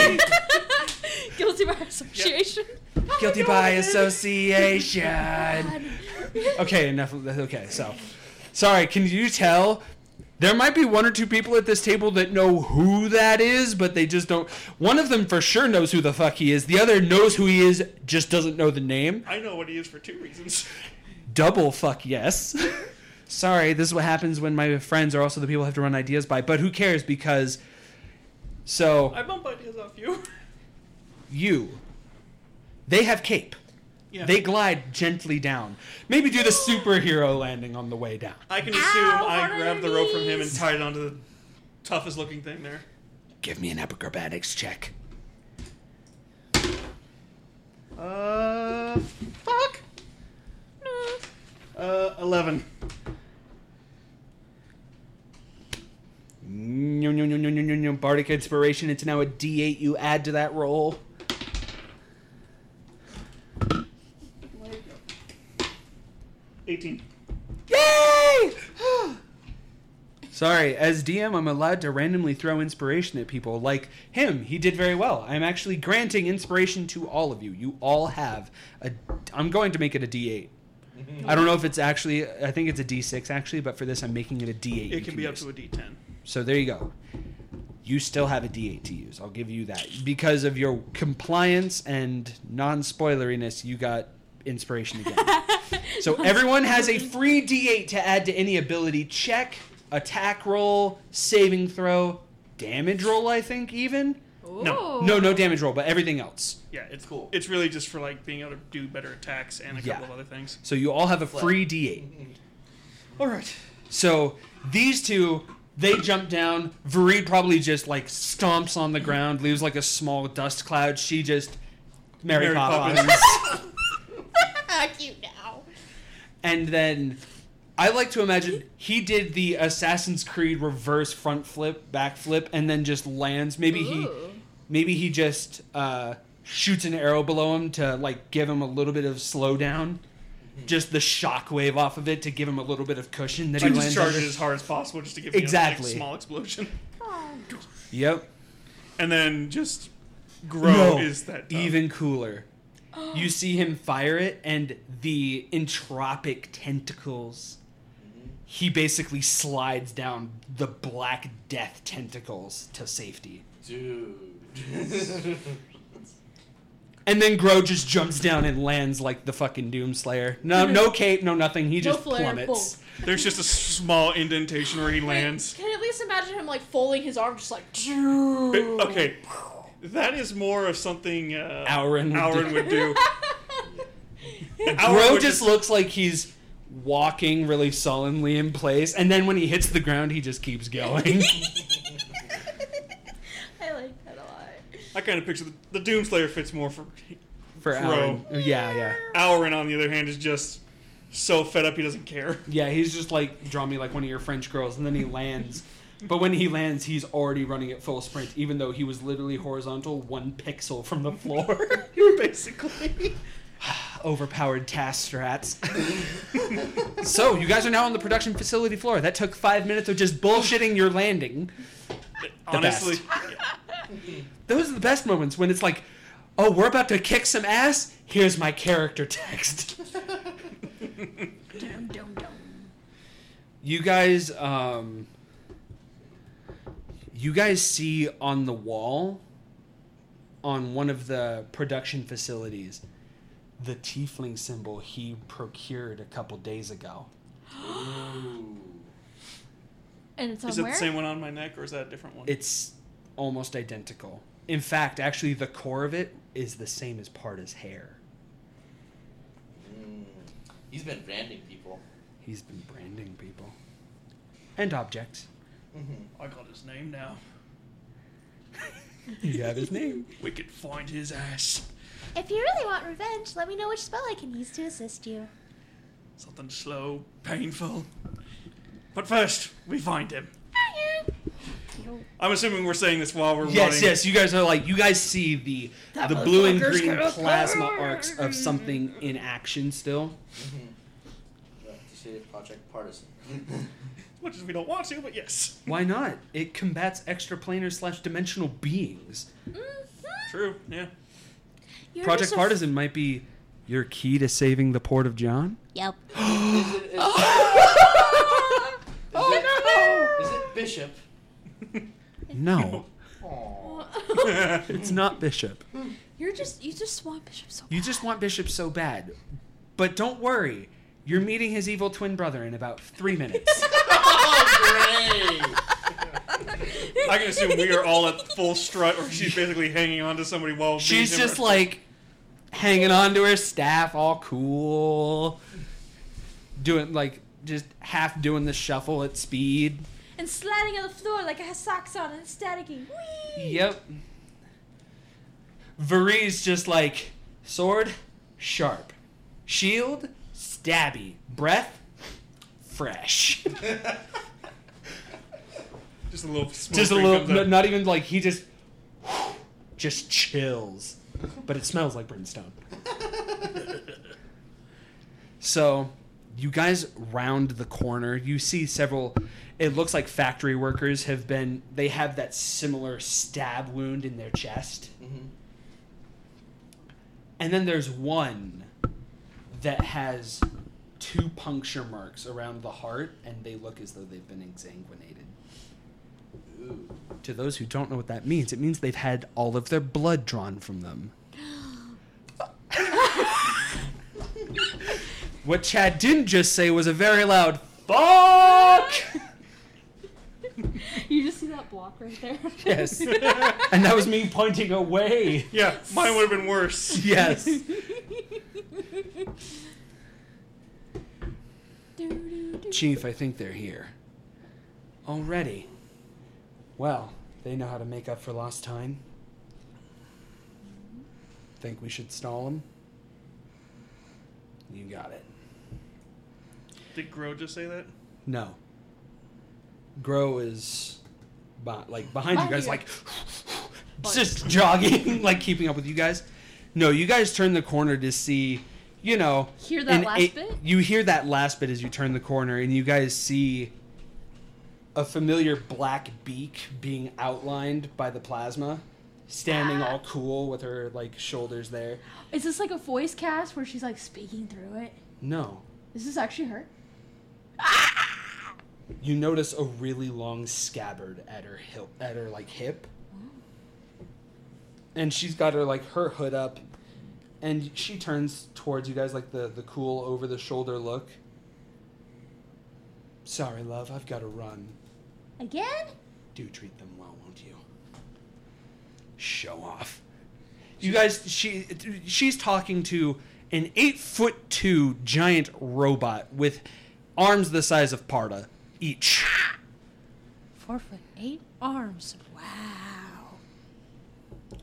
Guilty by association. Guilty by association. Okay, enough. of that. Okay, so sorry. Can you tell? There might be one or two people at this table that know who that is, but they just don't. One of them for sure knows who the fuck he is. The other knows who he is, just doesn't know the name. I know what he is for two reasons. Double fuck yes. sorry, this is what happens when my friends are also the people I have to run ideas by. But who cares? Because so I bump ideas off you. you, they have cape. Yeah. They glide gently down. Maybe do the superhero landing on the way down. I can assume Ow, I hard on grabbed the your rope from him and knees. tied it onto the toughest looking thing there. Give me an acrobatics check. Uh, fuck. Uh, eleven. No, no, no, no, no, no, no. Bardic inspiration. It's now a D8 you add to that roll. Eighteen. Yay! Sorry, as DM, I'm allowed to randomly throw inspiration at people. Like him, he did very well. I'm actually granting inspiration to all of you. You all have a. I'm going to make it a D8. Mm-hmm. I don't know if it's actually. I think it's a D6 actually, but for this, I'm making it a D8. you It can be up use. to a D10. So there you go. You still have a D8 to use. I'll give you that. Because of your compliance and non spoileriness, you got inspiration again. so everyone has a free D8 to add to any ability check, attack roll, saving throw, damage roll, I think, even. No. No, no damage roll, but everything else. Yeah, it's Cool. It's really just for like being able to do better attacks and a Yeah. couple of other things. So you all have a Flip. free D8. All right. So these two, they jump down. Vareed probably just like stomps on the ground, leaves like a small dust cloud. She just Mary, Mary Poppins. Poppins. Fuck you now. and then I like to imagine he did the Assassin's Creed reverse front flip, back flip, and then just lands. Maybe he Ooh. maybe he just uh, shoots an arrow below him to like give him a little bit of slowdown. Mm-hmm. Just the shockwave off of it to give him a little bit of cushion that I he just lands. charge it under. as hard as possible just to give Exactly. you a like, small explosion. Yep. And then just grow No, is that dumb. even cooler. You see him fire it, and the entropic tentacles. Mm-hmm. He basically slides down the black death tentacles to safety, Dude. and then Gro just jumps down and lands like the fucking Doomslayer. No, no cape, no nothing. He No just flare, plummets. There's just a small indentation where he lands. Can you at least imagine him like folding his arm, just like But, okay. That is more of something uh, Auron would Auron do. would do. Auron Gro would just looks like he's walking really sullenly in place, and then when he hits the ground, he just keeps going. I like that a lot. I kind of picture the, the Doomslayer fits more for For Auron, yeah, yeah. Auron. On the other hand, is just so fed up he doesn't care. Yeah, he's just like draw me like one of your French girls, and then he lands. but when he lands, he's already running at full sprint, even though he was literally horizontal, one pixel from the floor. Basically, Overpowered task strats. so you guys are now on the production facility floor. That took five minutes of just bullshitting your landing. honestly, Those are the best moments when it's like, oh, we're about to kick some ass. Here's my character text. Dum, dum, dum. you guys um you guys see on the wall on one of the production facilities the tiefling symbol he procured a couple days ago And it's on is it where? the same one on my neck or is that a different one? it's almost identical in fact actually the core of it is the same as part as hair Mm. He's been branding people. he's been branding people and objects I got his name now. you have his name We could find his ass. If you really want revenge, let me know which spell I can use to assist you. Something slow, painful. But first, we find him. I'm assuming we're saying this while we're Yes, running. yes. You guys are like you guys see the the blue and green plasma arcs of something in action still. Dissociative Project Partisan. Much as we don't want to, but yes. Why not? It combats extraplanar slash dimensional beings. Mm-hmm. True, yeah. You're Project just a- Partisan might be your key to saving the port of John. Yep. is, it, is, Oh is it Bishop? no! No, it's not Bishop. You're just you just want Bishop so. You just want Bishop so bad, but don't worry. You're meeting his evil twin brother in about three minutes. oh, great! I can assume we are all at full strut, or she's basically hanging on to somebody while She's just like hanging on to her staff, all cool, doing like just half doing the shuffle at speed. And sliding on the floor like I have socks on and it's staticky. Whee! Yep. Varese just like sword, sharp, shield, stabby, breath, fresh. just a little smoke just a ring little, comes no, out. not even like he just, just chills, but it smells like brimstone. so, you guys round the corner. You see several. It looks like factory workers have been. They have that similar stab wound in their chest, and then there's one that has two puncture marks around the heart, and they look as though they've been exsanguinated. To those who don't know what that means, it means they've had all of their blood drawn from them. what Chad didn't just say was a very loud fuck. You just see that block right there. Yes. and that was me pointing away. Yeah, mine would have been worse. Yes. Chief, I think they're here. Already. Well, they know how to make up for lost time. Think we should stall them? You got it. Did Gro just say that? No. Grow is beh- like behind you Behind guys, you. like just jogging, like keeping up with you guys. No, you guys turn the corner to see, you know, Hear that an last eight- bit? You hear that last bit as you turn the corner, and you guys see a familiar black beak being outlined by the plasma, standing all cool with her like shoulders there. Is this like a voice cast where she's like speaking through it? No, Is this actually her? you notice a really long scabbard at her hip, at her like hip, and she's got her like her hood up, and she turns towards you guys like the the cool over the shoulder look. Sorry, love, I've got to run. Again? Do treat them well, won't you? Show off. You guys, she she's talking to an eight foot two giant robot with arms the size of Parda each. Four foot eight arms. Wow.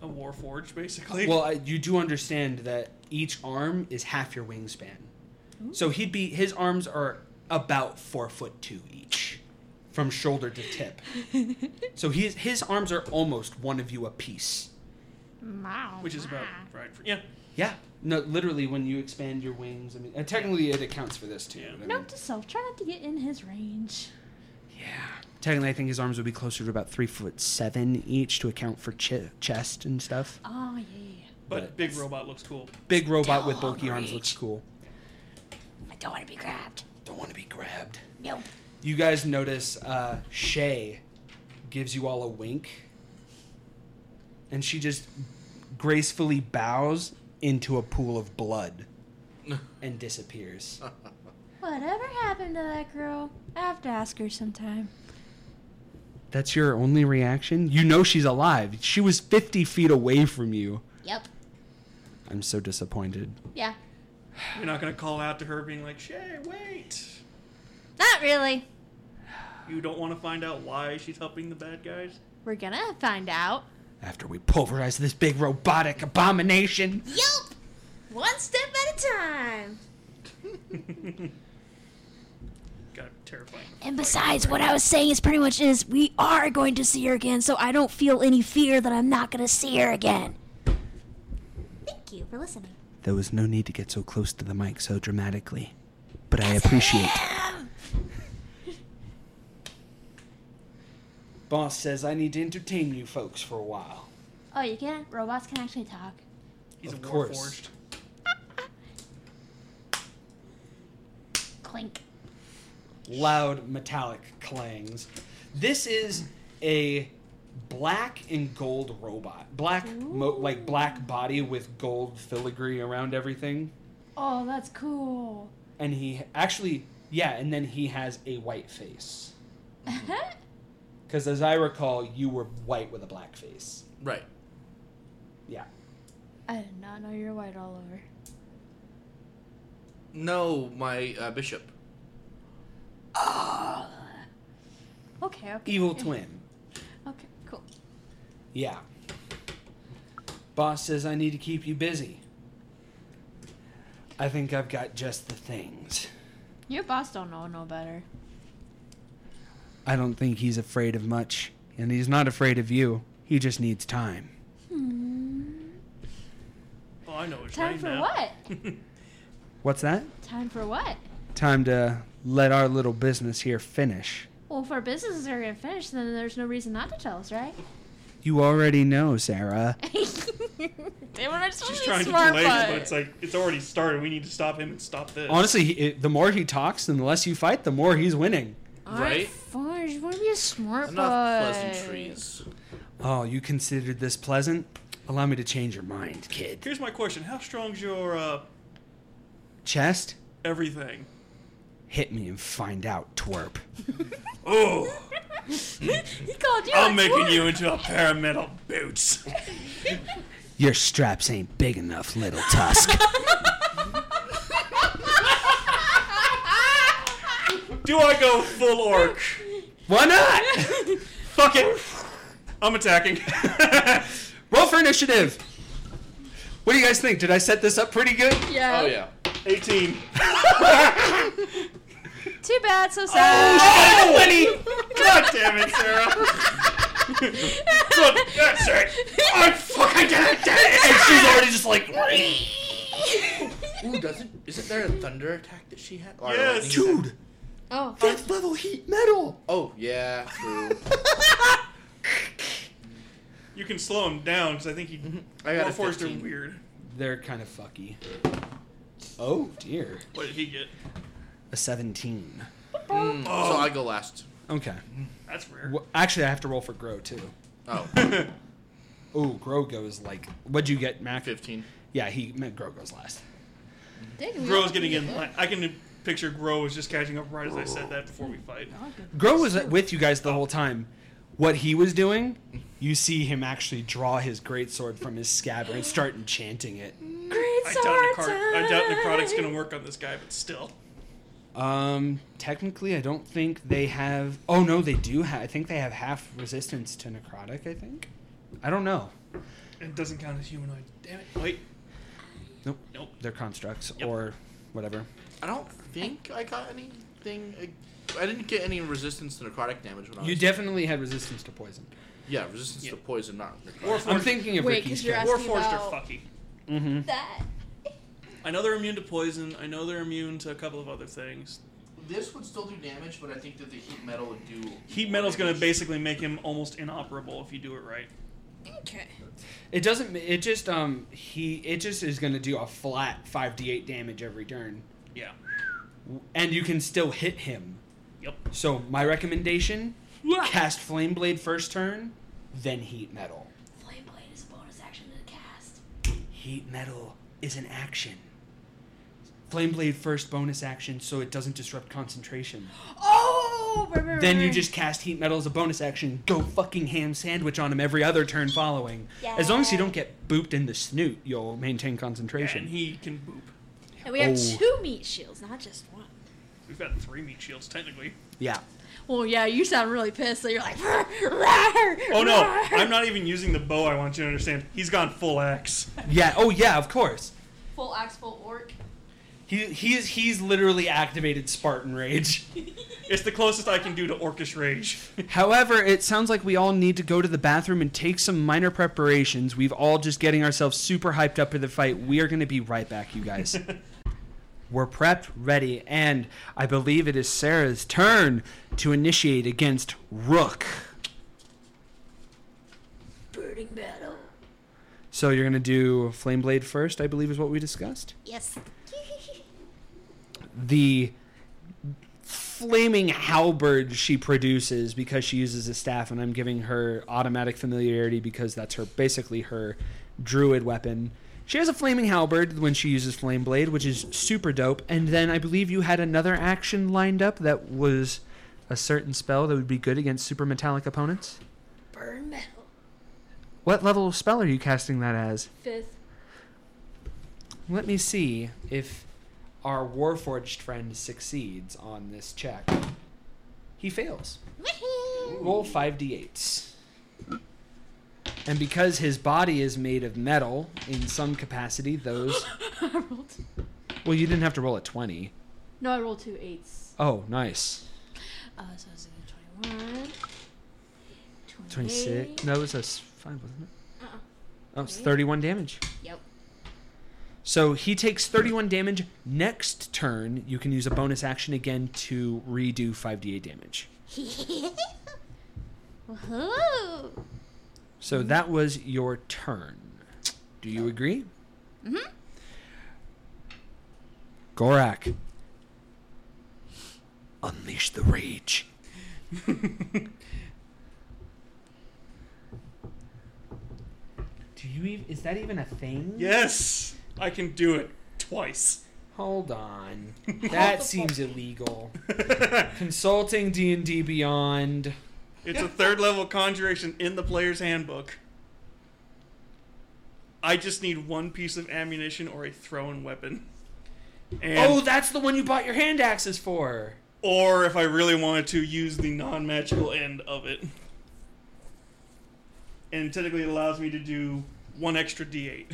A war forge, basically. Well, I- you do understand that each arm is half your wingspan. So he'd be his arms are about four foot two each, from shoulder to tip. so his his arms are almost one of you apiece. Wow. which is about Ah. right. For, yeah, Yeah. No, literally, when you expand your wings, I mean, and technically it accounts for this too. Yeah. but I mean- Note to self: try not to get in his range. yeah. Technically, I think his arms would be closer to about three foot seven each to account for ch- chest and stuff. Oh yeah, yeah, yeah. but But- big robot looks cool. Big robot with Dog bulky arms reach. looks cool. I don't want to be grabbed. Don't want to be grabbed. Nope. You guys notice uh, Shay gives you all a wink, and she just gracefully bows into a pool of blood and disappears. Whatever happened to that girl? I have to ask her sometime. That's your only reaction? You know she's alive. She was 50 feet away from you. Yep. I'm so disappointed. Yeah. You're not gonna call out to her being like, "Shay, wait! Not really. You don't want to find out why she's helping the bad guys." We're gonna find out. After we pulverize this big robotic abomination. Yup. One step at a time. God, terrifying. And besides, what I was saying is pretty much is we are going to see her again, so I don't feel any fear that I'm not going to see her again. Thank you for listening. There was no need to get so close to the mic so dramatically, but I appreciate Boss says I need to entertain you folks for a while. Oh, you can. Robots can actually talk. He's Of a war course. forged. Clink. Loud metallic clangs. This is a black and gold robot. Black mo- like black body with gold filigree around everything. Oh, that's cool. and he actually yeah and then he has a white face because as i recall you were white with a black face Right. yeah I did not know you're white all over. No, my uh, bishop. Okay, okay. evil twin Okay, cool. yeah boss says i need to keep you busy i think i've got just the things Your boss don't know no better. i don't think he's afraid of much and he's not afraid of you he just needs time Oh, I know. It's Time right for now. what? what's that Time for what? time to let our little business here finish Well, if our businesses are gonna finish, then there's no reason not to tell us, right? you already know sarah they were just She's trying to delay it, but it's like it's already started. We need to stop him and stop this. Honestly, he, it, the more he talks and the less you fight, the more he's winning. Right? Fine, you wanna be a smart Enough boy. pleasantries. Oh, you considered this pleasant? Allow me to change your mind, kid. Here's my question: How strong's your uh, Chest, everything? hit me and find out, twerp. Oh, Hmm. He called you. I'm a making twerp. you into a pair of metal boots. Your straps ain't big enough, little tusk. Do I go full orc? Why not? Fuck it. I'm attacking. Roll for initiative. What do you guys think? Oh, Did I set this up pretty good? Yeah. Oh yeah. 18. Too bad, so sad. Oh, God damn it, Sarah. Look, that's it. I fucking did it. did it. And she's already just like. Ooh, doesn't isn't there a thunder attack that she had? Or a Yes. lightning Dude. attack? Oh, Fifth level heat metal. Oh yeah, true. You can slow him down because I think he. I got a Forrester 15. weird. They're kind of fucky. Oh dear. What did he get? A seventeen. Mm, So I go last. Okay. That's rare. Wh- Actually, I have to roll for Grow too. Oh, Oh, Grow goes like. What'd you get, Mac? 15. Yeah, he meant Grow goes last. Gro's getting in. Line. I can picture Gro was just catching up right as I said that before we fight. Grow was with you guys the whole time. What he was doing, you see him actually draw his greatsword from his scabbard and start enchanting it. Great I sword doubt, necro- I doubt time. necrotic's gonna work on this guy, but still. Um, technically, I don't think they have. Oh no, they do. Ha- I think they have half resistance to necrotic. I think. I don't know. It doesn't count as humanoid. Damn it. Wait. Nope. Nope. They're constructs Yep. or whatever. I don't think I got anything. I didn't get any resistance to necrotic damage when I was. You definitely had resistance to poison. Yeah, resistance Yeah. to poison, not Or necrotic. for- I'm thinking of Wait, Ricky's. 'cause you're character. Or Asking Forrester about- fucky. Mhm. that. I know they're immune to poison. I know they're immune to a couple of other things. This would still do damage, but I think that the heat metal would do. Heat metal's gonna basically make him almost inoperable if you do it right. Okay. It doesn't. It just um he it just is going to do a flat five d8 damage every turn, Yeah. and you can still hit him. Yep. So my recommendation: cast flame blade first turn, then heat metal. Flame blade is a bonus action to cast. Heat metal is an action. Flame blade first bonus action, so it doesn't disrupt concentration. Oh, right, right, right, Then you right. just cast heat metal as a bonus action. Go fucking ham sandwich on him every other turn following. As long as you don't get booped in the snoot, you'll maintain concentration. And he can boop. And we have Oh. two meat shields, not just one. We've got three meat shields technically. yeah. Well, yeah, you sound really pissed. So you're like, Oh no! I'm not even using the bow. I want you to understand. He's gone full axe. Yeah. Oh yeah. Of course. full axe, full orc. He he's he's literally activated Spartan Rage. It's the closest I can do to orcish rage. However, it sounds like we all need to go to the bathroom and take some minor preparations. We've all just getting ourselves super hyped up for the fight. We are going to be right back, you guys. We're prepped, ready, and I believe it is Sarah's turn to initiate against Rook. Burning battle. So you're going to do Flame Blade first, I believe is what we discussed. Yes. the flaming halberd she produces because she uses a staff and I'm giving her automatic familiarity because that's her basically her druid weapon. She has a flaming halberd when she uses flame blade, which is super dope. And then I believe you had another action lined up that was a certain spell that would be good against super metallic opponents. Burn metal. What level of spell are you casting that as? Fifth. Let me see if our Warforged friend succeeds on this check. He fails. Roll 5d8s. And because his body is made of metal in some capacity, those. I rolled. Well, you didn't have to roll a 20. No, I rolled two eights. Oh, nice. Uh, so I was in 21. 26. 28. No, it was a s- 5, wasn't it? Uh-uh. Oh, it's 31 damage. Yep. So he takes 31 damage. Next turn, you can use a bonus action again to redo 5d8 damage. Woohoo! So that was your turn. Do you agree? Mhm. Gorak. Unleash the rage. Do you even is that even a thing? Yes, I can do it twice. Hold on. That seems illegal. Consulting D&D Beyond. It's a third level conjuration in the player's handbook. I just need one piece of ammunition or a thrown weapon. And, oh, that's the one you bought your hand axes for. or if I really wanted to, use the non magical end of it. And technically, it allows me to do one extra d8.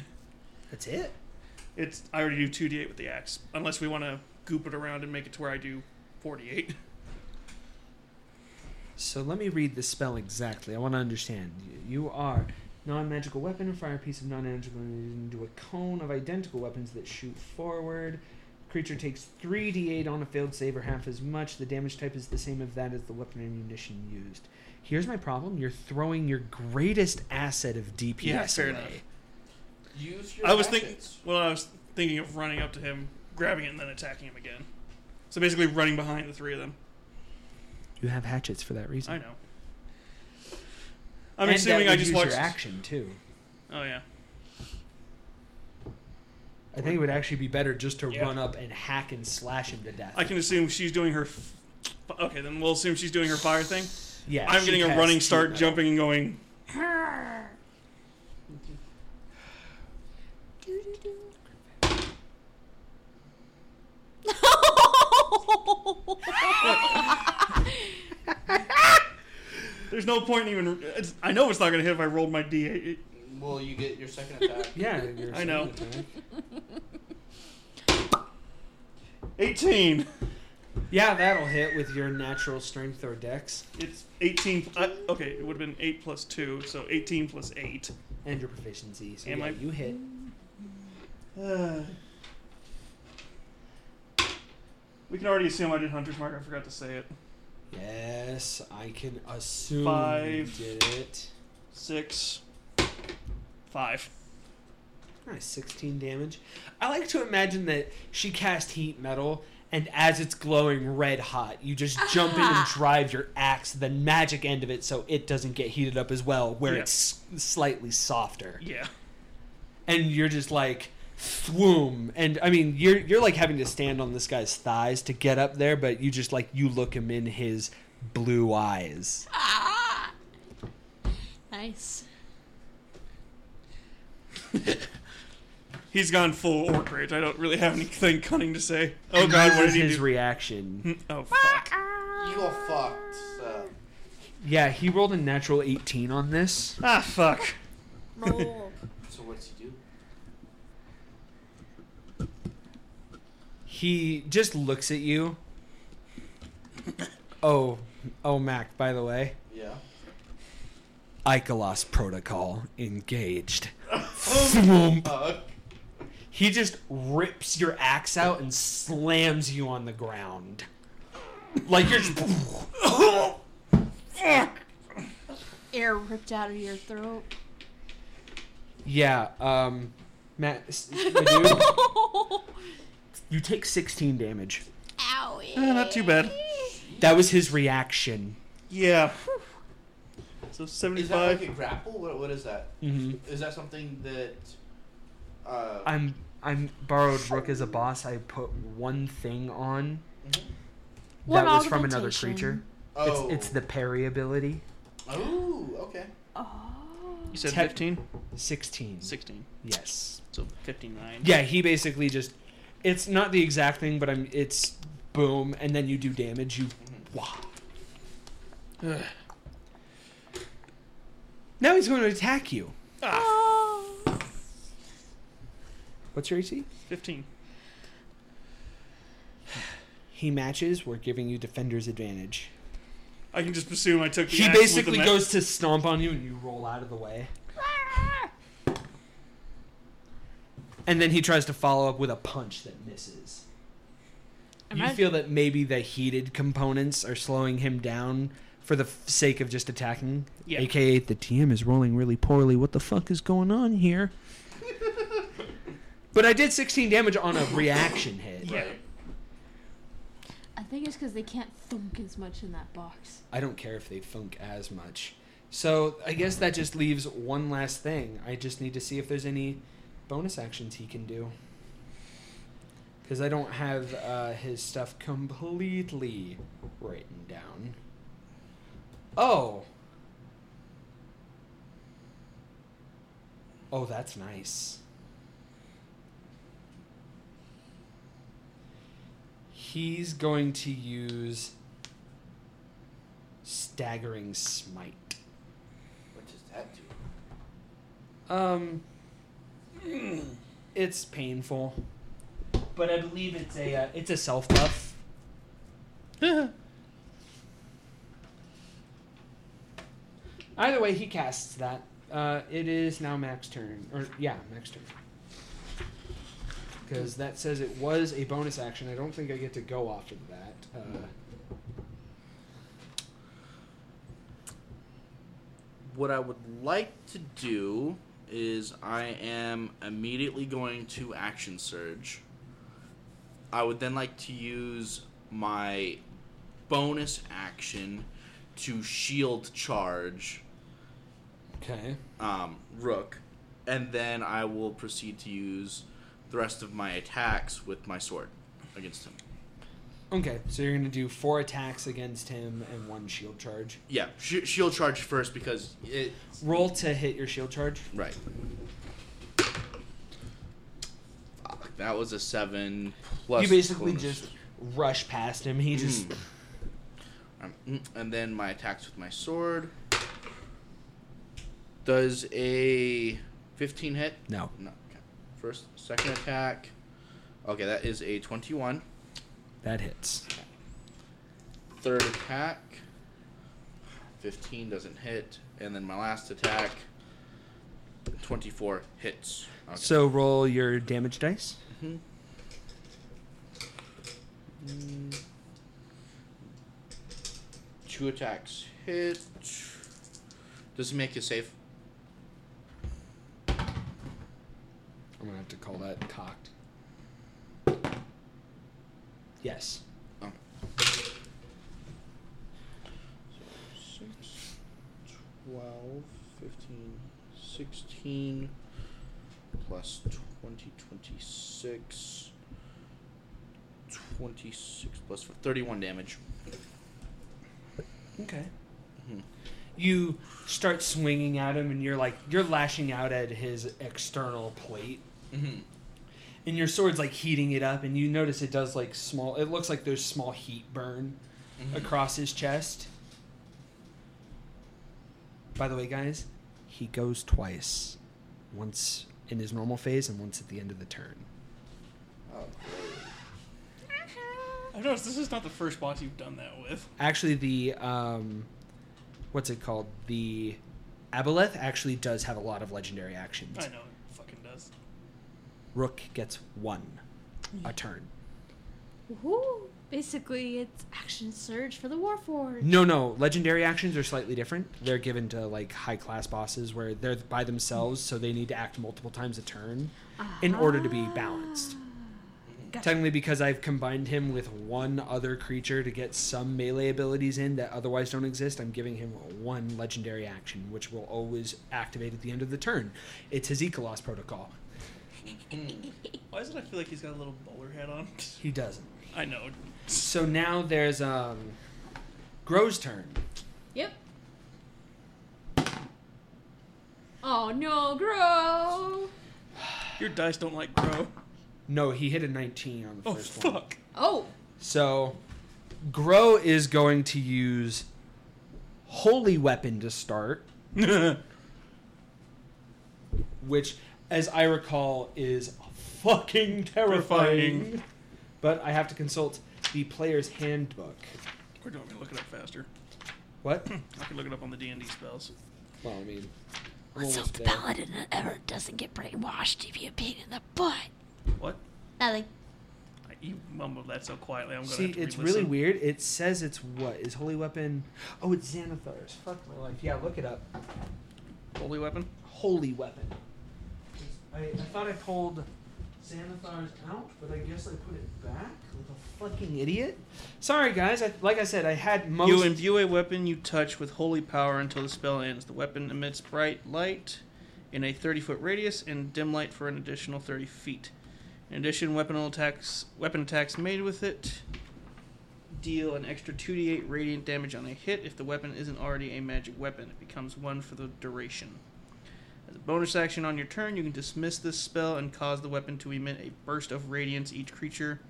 That's it. It's I already do 2d8 with the axe, unless we want to goop it around and make it to where I do 48. So let me read the spell exactly. I want to understand. Y- You are non-magical weapon and fire a piece of non-magical into a cone of identical weapons that shoot forward. Creature takes 3d8 on a failed save or half as much. The damage type is the same of that as the weapon or ammunition used. Here's my problem. You're throwing your greatest asset of DPS Yeah, fair away. enough. Use your I was thinking. hatchets. Well, I was thinking of running up to him, grabbing it, and then attacking him again. So basically, running behind the three of them. You have hatchets for that reason. I know. And I'm that assuming I would just use watched. your action too. Oh yeah. I think it would actually be better just to Yeah. run up and hack and slash him to death. I can assume she's doing her. F- okay, then we'll assume she's doing her fire thing. Yeah, I'm she getting a has running cheat start, metal. jumping and going. There's no point in even. It's, I know it's not going to hit if I rolled my d8. Well, you get your second attack. Yeah, you're I know. saying it, man. 18. Yeah, that'll hit with your natural strength or dex It's 18. pl- Uh, okay, it would have been 8 plus 2, so 18 plus 8. and your proficiency. So Am yeah, I- you hit. We can already assume I did Hunter's Mark. I forgot to say it. Yes, I can assume Five. you did it. 6. 5. Nice, 16 damage. I like to imagine that she cast heat metal, and as it's glowing red hot, you just jump in and Ah. drive your axe, the magic end of it, so it doesn't get heated up as well, where Yeah. it's slightly softer. Yeah. and you're just like swoom and i mean you're you're like having to stand on this guy's thighs to get up there but you just like you look him in his blue eyes Nice. He's gone full orc rage. I don't really have anything cunning to say. Oh god, what did he his do? reaction Hmm, oh fuck. You are fucked. So. yeah he rolled a natural 18 on this Ah fuck. Roll. So what's he do? he just looks at you oh oh mac by the way Yeah. Icolos protocol engaged Oh, Swoom. Fuck. he just rips your axe out and slams you on the ground. Like you're just. Air ripped out of your throat. yeah, um. Matt, s- Madhu, you take 16 damage. Ah, not too bad. That was his reaction. Yeah. So Is that 75. like a grapple? What, what is that? Mm-hmm. Is that something that? Uh, I'm I'm borrowed Rook as a boss. I put one thing on mhm. One that was from another augmentation. creature. oh. It's, it's the parry ability. Oh. Okay. Oh. you said Tech- 15? 16. 16. Yes. So 59. Yeah, he basically just it's not the exact thing, but I'm it's boom, and then you do damage, you wah. now he's going to attack you. Ah, What's your AC? 15. He matches, we're giving you defender's advantage. I can just assume I took the He axe with basically the ma- goes to stomp on you and you roll out of the way. And then he tries to follow up with a punch that misses. Am you I- feel that maybe the heated components are slowing him down for the f- sake of just attacking. Yeah. AKA, the TM is rolling really poorly. What the fuck is going on here? but I did 16 damage on a reaction hit. Yeah. I think it's because they can't thunk as much in that box. I don't care if they funk as much. So I guess that just leaves one last thing. I just need to see if there's any bonus actions he can do. Because I don't have uh, his stuff completely written down. Oh! Oh, that's nice. He's going to use staggering smite. What does that do? Um, it's painful, but I believe it's a uh, it's a self buff. Either way, he casts that. Uh, it is now Mac's turn. Or, yeah, Mac's turn. Because that says it was a bonus action. I don't think I get to go off of that. Uh, What I would like to do is I am immediately going to action surge. I would then like to use my bonus action to shield charge okay. um, Rook, and then I will proceed to use the rest of my attacks with my sword against him. Okay, so you're going to do four attacks against him and one shield charge. Yeah, sh- shield charge first because it. Roll to hit your shield charge. Right. Fuck, that was a seven plus. you basically bonus. just rush past him. He just. Mm. Um, mm, and then my attacks with my sword. Does a 15 hit? No. No. Okay. First, second attack. Okay, that is a 21. That hits. Third attack. 15 doesn't hit. And then my last attack. 24 hits. Okay. So roll your damage dice. Mhm. Mm. Two attacks hit. Does he make you safe? I'm going to have to call that cocked. Yes. Oh. So, 6, 12, 15, 16, plus 20, 26, 26 plus 31 damage. Okay. Mhm. You start swinging at him, and you're like you're lashing out at his external plate, Mm-hmm. and your sword's like heating it up, and you notice it does like small. It looks like there's small heat burn Mm-hmm. across his chest. By the way, guys, he goes twice, once in his normal phase, and once at the end of the turn. I've noticed this is not the first boss you've done that with. Actually, the um, what's it called? The Aboleth actually does have a lot of legendary actions. I know it fucking does. Rook gets one Mm-hmm. a turn. Woohoo. Basically, it's action surge for the Warforged. No, no, legendary actions are slightly different. They're given to like high class bosses where they're by themselves, so they need to act multiple times a turn in Ah. order to be balanced. Technically, because I've combined him with one other creature to get some melee abilities in that otherwise don't exist, I'm giving him one legendary action, which will always activate at the end of the turn. It's his Ecolos protocol. Oh. Why does it I feel like he's got a little bowler hat on? He doesn't. I know. So now there's um, Gro's turn. Yep. Oh no, Grow! Your dice don't like grow. No, he hit a 19 on the Oh first one. fuck. Oh, So, Grow is going to use Holy Weapon to start, which, as I recall, is fucking terrifying. Terrifying. But I have to consult the player's handbook. Or do you want me to look it up faster? What? I can look it up on the D and D spells. well, I mean, I'm Let's hope almost the there. paladin ever doesn't get brainwashed if you pain in the butt. What? Nothing. I- You mumbled that so quietly. I'm gonna. See, have to it's really re-listen. weird. It says it's what is Holy Weapon? Oh, it's Xanathars. Fuck my life. Yeah, look it up. Holy weapon. holy weapon. I, I thought I pulled Xanathar's out, but I guess I put it back like a fucking idiot. Sorry, guys. I, like I said, I had most. You imbue a weapon you touch with holy power until the spell ends. The weapon emits bright light in a 30 foot radius and dim light for an additional 30 feet. In addition, weapon attacks, weapon attacks made with it deal an extra 2d8 radiant damage on a hit if the weapon isn't already a magic weapon. It becomes one for the duration. As a bonus action on your turn, you can dismiss this spell and cause the weapon to emit a burst of radiance each creature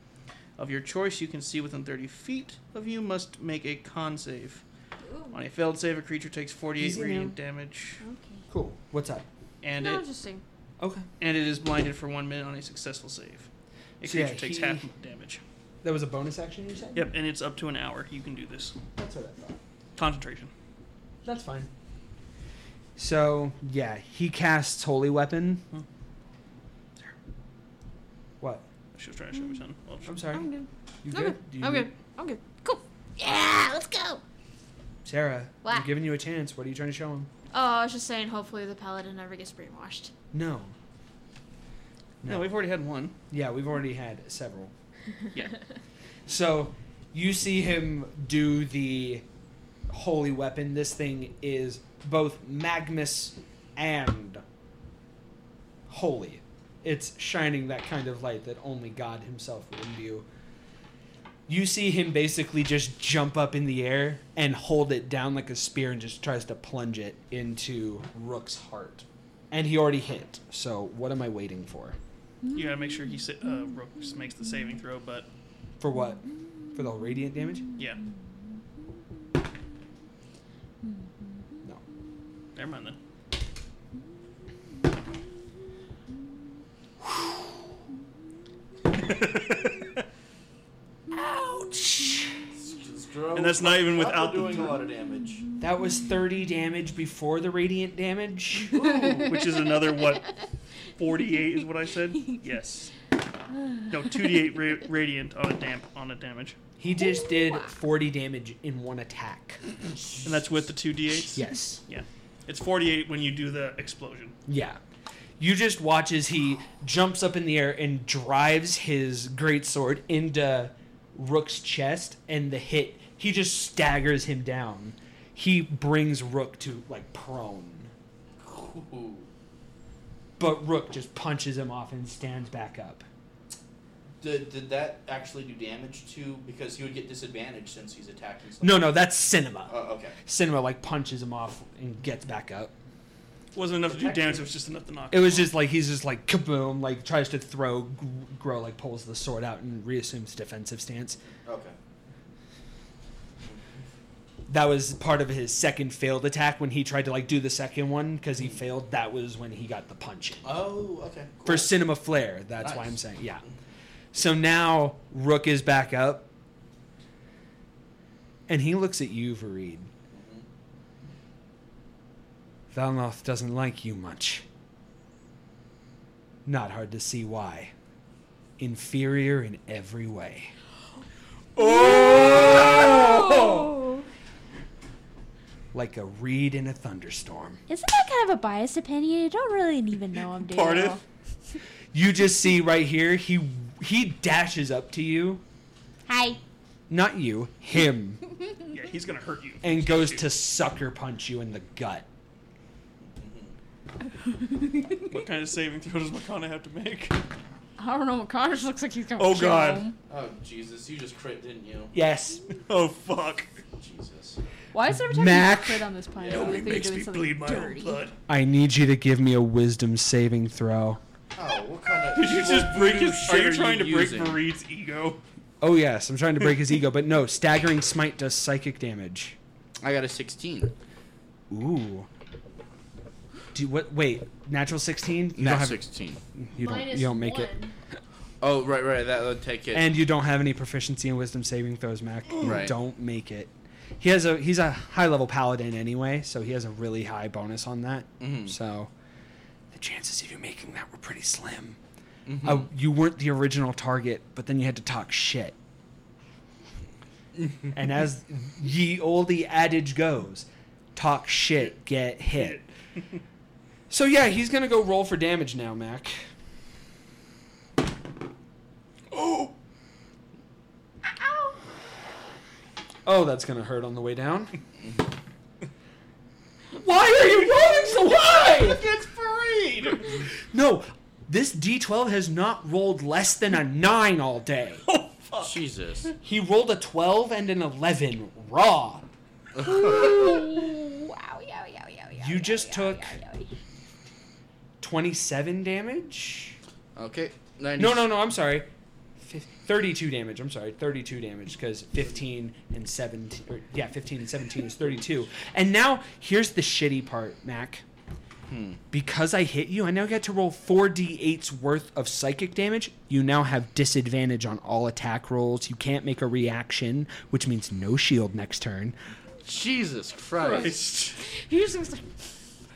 of your choice you can see within 30 feet of you must make a con save. On a failed save, a creature takes 48 Easy Mm. radiant damage, okay. cool. What's up? and No, it interesting. Okay. and it is blinded for one minute on a successful save. A So yeah, creature takes he- half damage. that was a bonus action you said? Yep, and it's up to an hour. You can do this. That's what I thought. Concentration. That's fine. So yeah, he casts holy weapon. Hmm. What? She was trying to show me Mm. something. Well, I'm sorry. I'm good. I'm You good? good. Do you I'm need- good. I'm good. Cool. Yeah, let's Oh, go. Sarah, What? I'm giving you a chance. What are you trying to show him? Oh, I was just saying. Hopefully, the paladin never gets brainwashed. No. No, we've already had one. Yeah, we've already had several. Yeah. So you see him do the holy weapon. This thing is both Magnus and holy. It's shining that kind of light that only God Himself will imbue. You see him basically just jump up in the air and hold it down like a spear and just tries to plunge it into Rook's heart. And he already hit, so what am I waiting for? You gotta make sure he sa- uh, Rooks makes the saving throw, but For what? For the radiant damage? yeah. No. Never mind then. And that's not even without the doing a lot of damage. That was 30 damage before the radiant damage. Which is another, what, 48 is what I said? Yes. No, 2d8 ra- radiant on a damp on a damage. He just did 40 damage in one attack. And that's with the 2d8s? Yes. Yeah. It's 48 when you do the explosion. Yeah. You just watch as he jumps up in the air and drives his greatsword into Rook's chest, and the hit, he just staggers him down. He brings Rook to, like, prone. Ooh. But Rook just punches him off and stands back up. Did, did that actually do damage to? Because he would get disadvantage since he's attacking. Something. No, no, that's Cinema. Oh, okay. Cinema, like, punches him off and gets back up. Wasn't enough to do damage, it was just enough to knock It was just like he's just like kaboom, like tries to throw. Gr- Grow like pulls the sword out and reassumes defensive stance. Okay. That was part of his second failed attack when he tried to like do the second one because he failed. That was when he got the punch in. Oh, okay. Cool. for cinema flair. That's why Nice. I'm saying yeah. So now Rook is back up, and he looks at you, Vareed. Valnoth doesn't like you much. Not hard to see why. Inferior in every way. Oh. Like a reed in a thunderstorm. Isn't that kind of a biased opinion? You don't really even know I'm doing. Part it of- all. You just see right here, he he dashes up to you. Hi. Not you, him. Yeah, he's gonna hurt you. and goes to sucker punch you in the gut. What kind of saving throw does Makana have to make? I don't know. Connors looks like he's gonna. Oh, kill God. him. Oh Jesus! You just crit, didn't you? Yes. Oh fuck. Jesus. Why is every time Mac. you crit on this pile? Nobody I think you're doing something dirty. I need you to give me a wisdom saving throw. Oh, what kind of? Did you just What break voodoo his? shit Are you are trying you to break using? Mareed's ego? Oh yes, I'm trying to break his ego, but no, staggering smite does psychic damage. I got a 16. Ooh. Do what wait, natural 16? You Not don't have 16. you don't you don't make it. Oh, right, right. That would take it. And you don't have any proficiency in wisdom saving throws, Mac. You Right. don't make it. He has a he's a high level paladin anyway, so he has a really high bonus on that. Mhm. So the chances of you making that were pretty slim. Mm-hmm. Uh, you weren't the original target, but then you had to talk shit. and as ye olde adage goes, talk shit, get hit. so yeah, he's gonna go roll for damage now, Mac. Oh, that's gonna hurt on the way down. Why are you rolling so high? It's Fareed! No, this D12 has not rolled less than a nine all day. Oh fuck. Jesus. He rolled a 12 and an 11 raw. Wow, yow, yow, yow, yow, You yow, just yow, took- yow, yow. 27 damage? Okay. 90. No, no, no, I'm sorry. Fif- 32 damage. I'm sorry, 32 damage because 15 and 17. Or, yeah, 15 and 17 is 32. And now here's the shitty part, Mac. Hmm. Because I hit you, I now get to roll 4d8's worth of psychic damage. You now have disadvantage on all attack rolls. You can't make a reaction, which means no shield next turn. Jesus Christ. He just looks like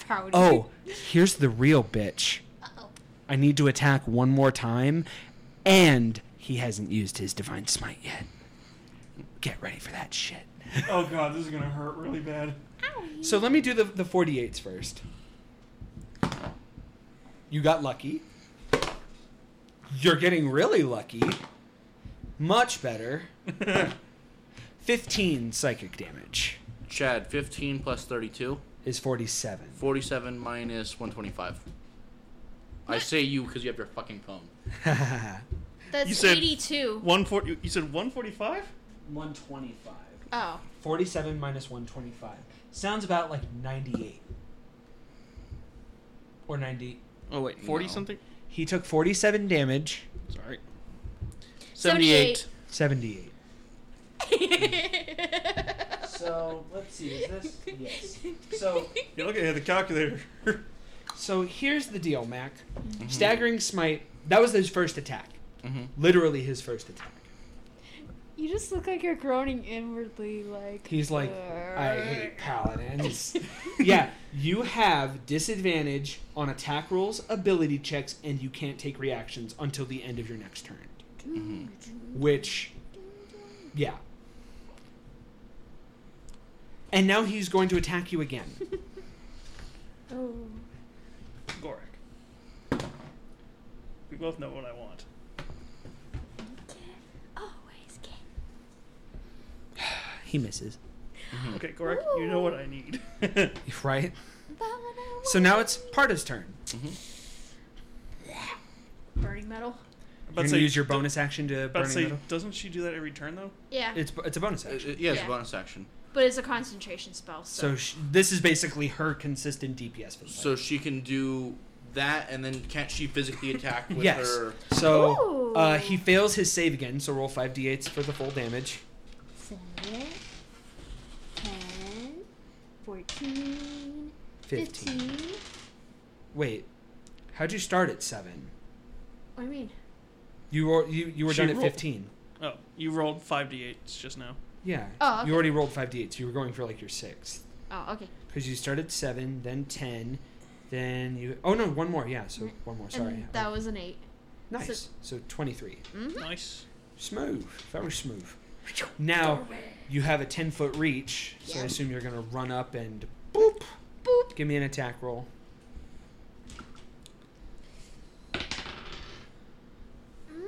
proud. Oh, here's the real bitch. I need to attack one more time, and he hasn't used his divine smite yet. Get ready for that shit. Oh god, this is gonna hurt really bad. So let me do the the 48s first. You got lucky. You're getting really lucky. Much better. 15 psychic damage Chad, 15 plus 32, is 47. 47 minus 125. I say you because you have your fucking phone. That's You said- 82. One forty. You said one forty-five. 125. Oh. 47 minus 125. Sounds about like 98. Or 90. Oh wait, forty No. something. He took 47 damage, Sorry. 78. 78. So let's see. Is this yes? So You're looking at the calculator. So here's the deal, Mac. Mm-hmm. Staggering Smite, that was his first attack. Mhm. Literally his first attack. You just look like you're groaning inwardly, like. He's like, I hate paladins. yeah, you have disadvantage on attack rolls, ability checks, and you can't take reactions until the end of your next turn. Mm-hmm. Which, yeah. And now he's going to attack you again. Oh. Gorak. We both know what I want. Always can. He misses. Okay, Gorak, you know what I need. Right? But when I So now it's Parta's turn. Mm-hmm. Burning metal. You're But going to use your bonus action to But burn say, metal? doesn't she do that every turn though? Yeah. It's, it's a bonus Uh, uh, action. yeah, it's Yeah. a bonus action. But it's a concentration spell, so. So sh- this is basically her consistent DPS for the So she can do that, and then can't she physically attack with Yes. her? So uh, Ooh. he fails his save again, so roll 5d8s for the full damage. 7, 10, 14, 15. Wait, how'd you start at 7? What do you mean? You were, you, you were She done at rolled. 15. Oh, you rolled five d8s just now. Yeah. Oh, okay. You already rolled 5d8s. You were going for like your 6th. Oh, okay. Because you started 7, then 10, then you. Oh no, one more, yeah, so one more, sorry. Mm. And that was an Mm-hmm. 8. nice. So 23. Nice. Smooth. Very smooth. Now, you have a 10 foot reach, so I assume you're going to run up and boop. Boop. Give me an attack roll. Mm-hmm.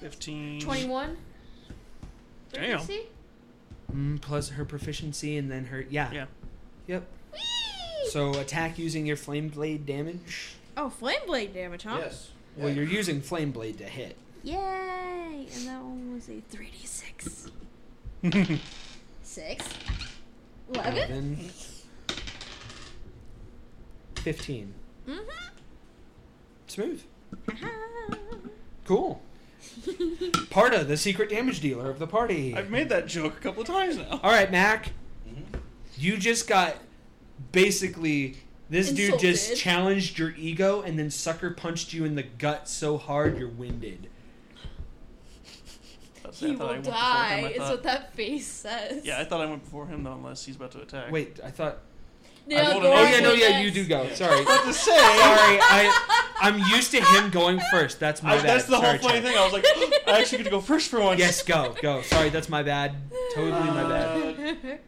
Fifteen. 21? Damn. See? Mm, plus her proficiency and then her. Yeah. Yeah. Yep. So attack using your flame blade damage. Oh, flame blade damage, huh? Yes. Well, you're using flame blade to hit. Yay! And that one was a 3d6. 6? 11? Eleven. Fifteen. Mm-hmm. Smooth. Ah. Cool. Parta, the secret damage dealer of the party. I've made that joke a couple of times now. All right, Mac. Mhm. Mm-hmm. You just got basically this dude just Insulted. challenged your ego and then sucker punched you in the gut so hard you're winded. That's He I thought will I went before him, die, I is thought. what that face says. Yeah, I thought I went before him though, unless he's about to attack. Wait, I thought. No, I rolled an Gorak Oh yeah, no, was yeah, next. you do go. Sorry. What to say? Sorry, I I'm used to him going first. That's my I, bad. that's the Sorry, whole funny Chad. thing. I was like, I actually get to go first for once. Yes, go, go. Sorry, that's my bad. Totally my Uh, bad.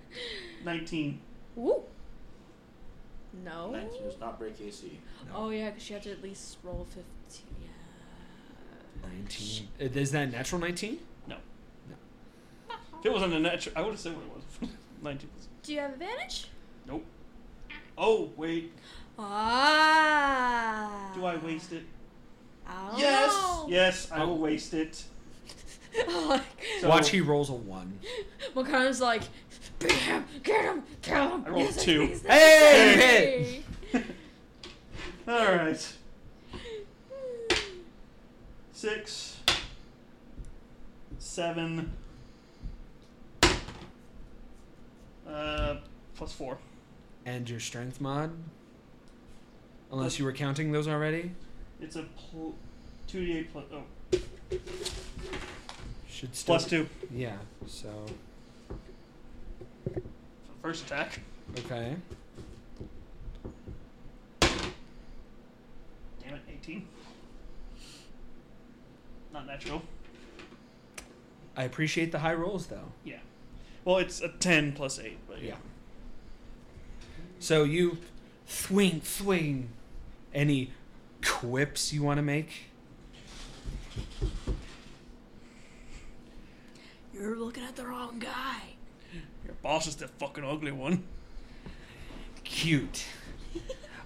Nineteen. Woo. No. 19 does not break AC. Oh yeah, because you have to at least roll 15. Nineteen. Uh, Is that a natural nineteen? If it wasn't a natural, I would have said what it was. Nineteen. Do you have advantage? Nope. Oh wait, Ah. do I waste it? Oh. Yes. Yes, I Oh. will waste it. So- Watch, he rolls a one. Makana's like, beat him, get him, kill him. I rolled Yes, two. yes, yes, Hey, yes." you hit. All right. Six. Seven. Uh, plus four. And your strength mod. Unless you were counting those already. It's a pl- 2d8 plus, oh, Should still plus 2. Yeah. So First attack. okay. Damn it, 18. Not natural. I appreciate the high rolls though. Well, it's a 10 plus 8, but yeah. Yeah. So you swing, swing. Any quips you want to make? You're looking at the wrong guy. Your boss is the fucking ugly one. Cute.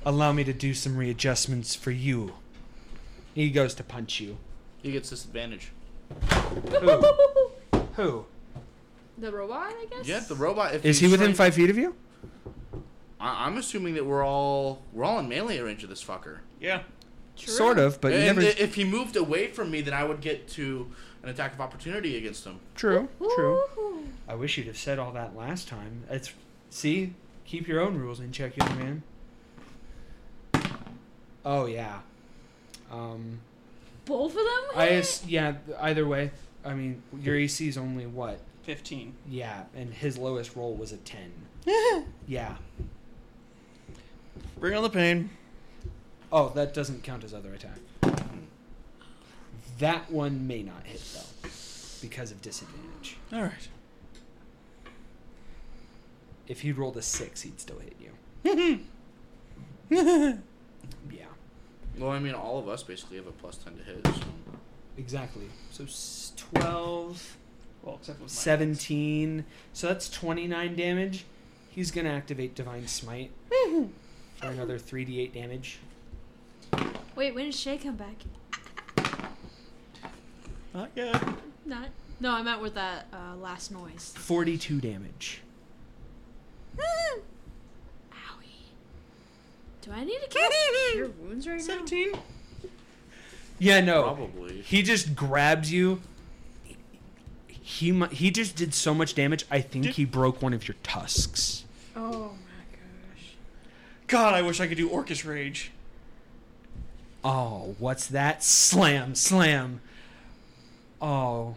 Allow me to do some readjustments for you. He goes to punch you. He gets disadvantage. Who? Who? The robot, I guess. Yeah, the robot. If Is he's he within trying- five feet of you? I- I'm assuming that we're all we're all in melee range of this fucker. Yeah. True. Sort of, but you and never. i- if he moved away from me, then I would get to an attack of opportunity against him. True. True. Woo-hoo. I wish you'd have said all that last time. It's see, keep your own rules in check, young man. Oh yeah. Um, Both of them. I hit? ass- yeah. Either way, I mean, your AC is only what? 15. Yeah, and his lowest roll was a ten. yeah. Bring on the pain. Oh, that doesn't count as other attack. That one may not hit though, because of disadvantage. All right. If he rolled a six, he'd still hit you. yeah. Well, I mean, all of us basically have a plus ten to hit. So. Exactly. So s- 12, Well, except with my 17. So that's 29 damage. He's going to activate Divine Smite for another 3d8 damage. Wait, when did Shay come back? Not yet. Not. No, I meant with that uh, last noise. 42 damage. Owie. Do I need to cast your wounds right now? Yeah, no. Probably. He just grabs you. He mu- he just did so much damage. I think he broke one of your tusks. Oh my God, I wish I could do Orcus Rage. Oh, what's that? Slam, slam. Oh,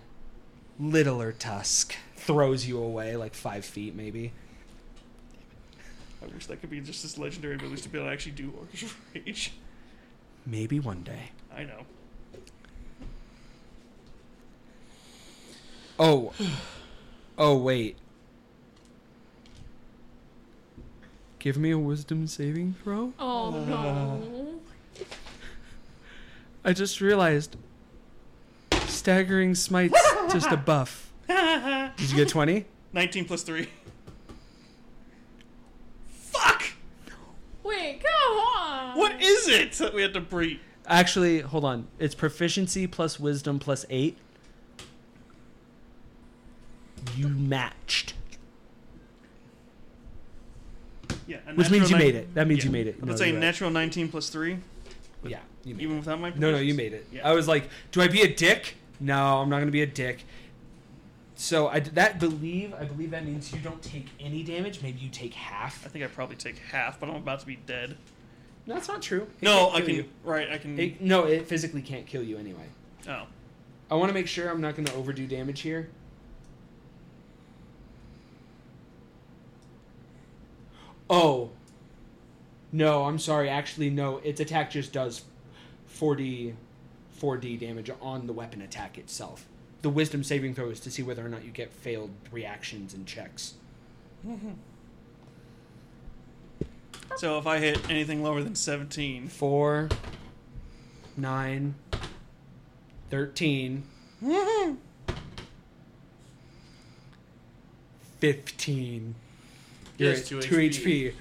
littler tusk throws you away like five feet, maybe. I wish that could be just this legendary ability to be able to actually do Orcus Rage. Maybe one day. I know. Oh, oh wait. Give me a wisdom saving throw. gosh. Oh no. I just realized staggering smite's just a buff. Did you get twenty? 19 plus 3. Fuck! Wait, come on. What is it that we had to breach? Actually, hold on. It's proficiency plus wisdom plus eight. You matched, Yeah, a which natural means you nine- made it. That means Yeah. you made it. Let's No, say you're right. natural 19 plus 3, Yeah, you made it. even without my No, no, you proficiency. made it. Yeah. I was like, do I be a dick? No, I'm not gonna be a dick. So I did that believe I believe that means you don't take any damage. Maybe you take I half. think I probably take half, but I'm about to be dead. No, that's not true. It no, can't I kill can. you. Right, I can. It, no, it physically can't kill you anyway. oh. I want to make sure I'm not going to overdo damage here. Oh. No, I'm sorry. Actually, no. Its attack just does 40, 4d damage on the weapon attack itself. The wisdom saving throw is to see whether or not you get failed reactions and checks. So if I hit anything lower than 17. 4, 9, 13, 15. He You're has at two 2 HP. HP.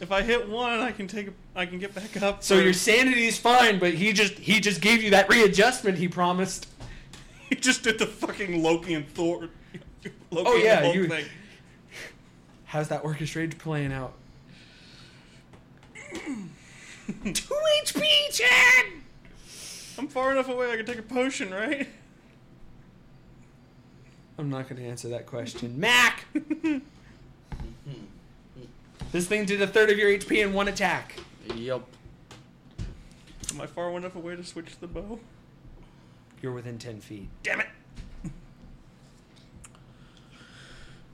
If I hit one, I can take. I can get back up. So for- your sanity's fine, but he just he just gave you that readjustment he promised. You just did the fucking Loki and Thor. Loki Oh, and the yeah, Hulk you- thing. How's that orchestrage playing out? 2 HP, Chad! I'm far enough away. I can take a potion, right? I'm not going to answer that question. Mac! this thing did a third of your HP in one attack. Yep. Am I far enough away to switch the bow? You're within 10 feet. Damn it!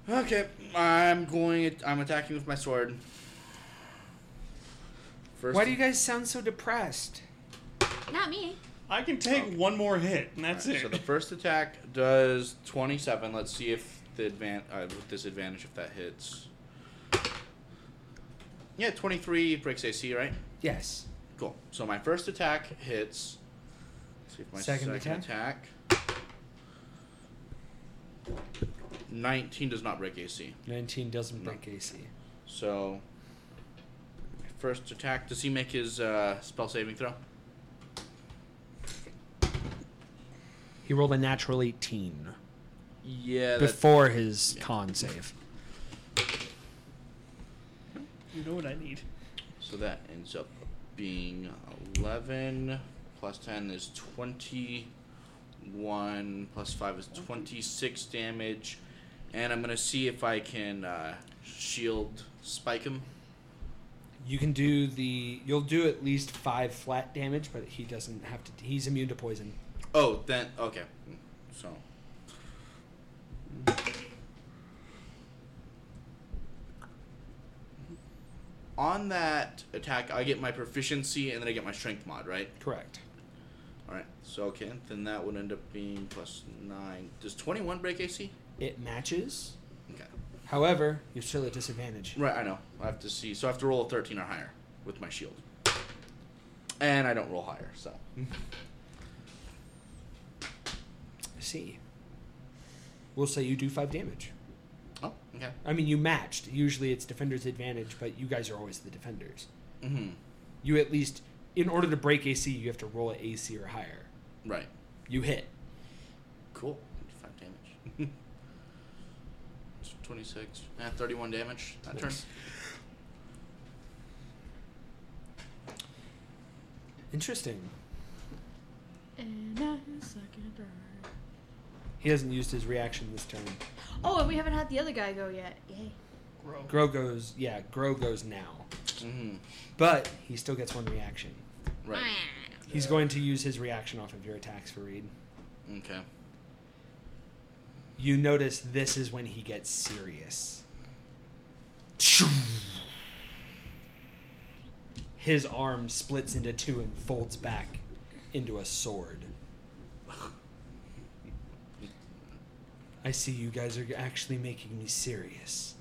Okay, I'm going. I'm attacking with my sword. First, Why do you guys sound so depressed? Not me. I can take Okay. one more hit, and Alright, that's it. So the first attack does 27. Let's see if the advan- uh, with disadvantage if that hits. Yeah, 23 breaks AC, right? Yes. Cool. So my first attack hits. Let's see if my Second second, attack. 19 does not break AC. 19 doesn't No. break AC. So first attack. Does he make his uh, spell saving throw? He rolled a natural 18 Yeah. before his con save. You know what I need. So that ends up being 11 plus 10 is 21 plus 5 is 26 damage. And I'm going to see if I can uh, shield spike him. You can do the. You'll do at least five flat damage, but he doesn't have to. He's immune to poison. Oh, then okay. So on that attack, I get my proficiency and then I get my strength mod, right? Correct. All right. So okay, then that would end up being plus nine. Does twenty-one break AC? It matches. Okay. However, you're still at disadvantage. Right. I know. I have to see. So I have to roll a thirteen or higher with my shield, and I don't roll higher. So I See. We'll say you do five damage. oh, okay. I mean, you matched. Usually it's defender's advantage, but you guys are always the defenders. Mm-hmm. You at least, in order to break AC, you have to roll an AC or higher. Right. You hit. Cool. 25 damage. so 26. Eh, 31 damage. That turn. Nice. Interesting. And now his second turn. He hasn't used his reaction this turn. Oh, and we haven't had the other guy go yet. Yay. Grow. Grow goes, yeah, Grow goes now. Mm-hmm. But he still gets one reaction. Right. He's going to use his reaction off of your attacks, Fareed. Okay. You notice this is when he gets serious. His arm splits into two and folds back into a sword. I see you guys are actually making me serious.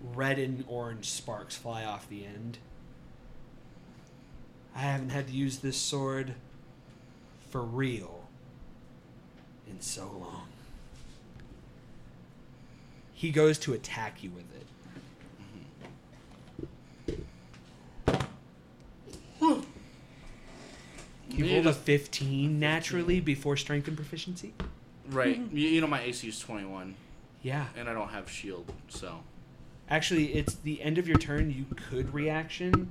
Red and orange sparks fly off the end. I haven't had to use this sword for real in so long. He goes to attack you with it. You rolled a 15 naturally before strength and proficiency? Right. You, you know, my AC is 21, Yeah. and I don't have shield, so. Actually, it's the end of your turn. You could reaction,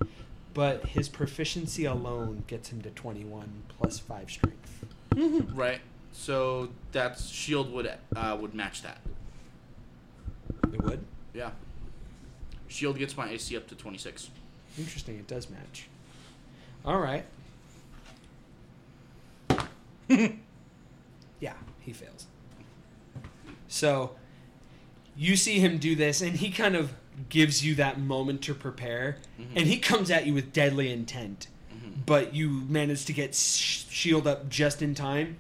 but his proficiency alone gets him to 21 plus 5 strength. Right. So that's shield would uh, would match that. It would? Yeah. Shield gets my AC up to 26. Interesting. It does match. All right. yeah, he fails. So you see him do this, and he kind of gives you that moment to prepare, and he comes at you with deadly intent. But you manage to get sh- shield up just in time.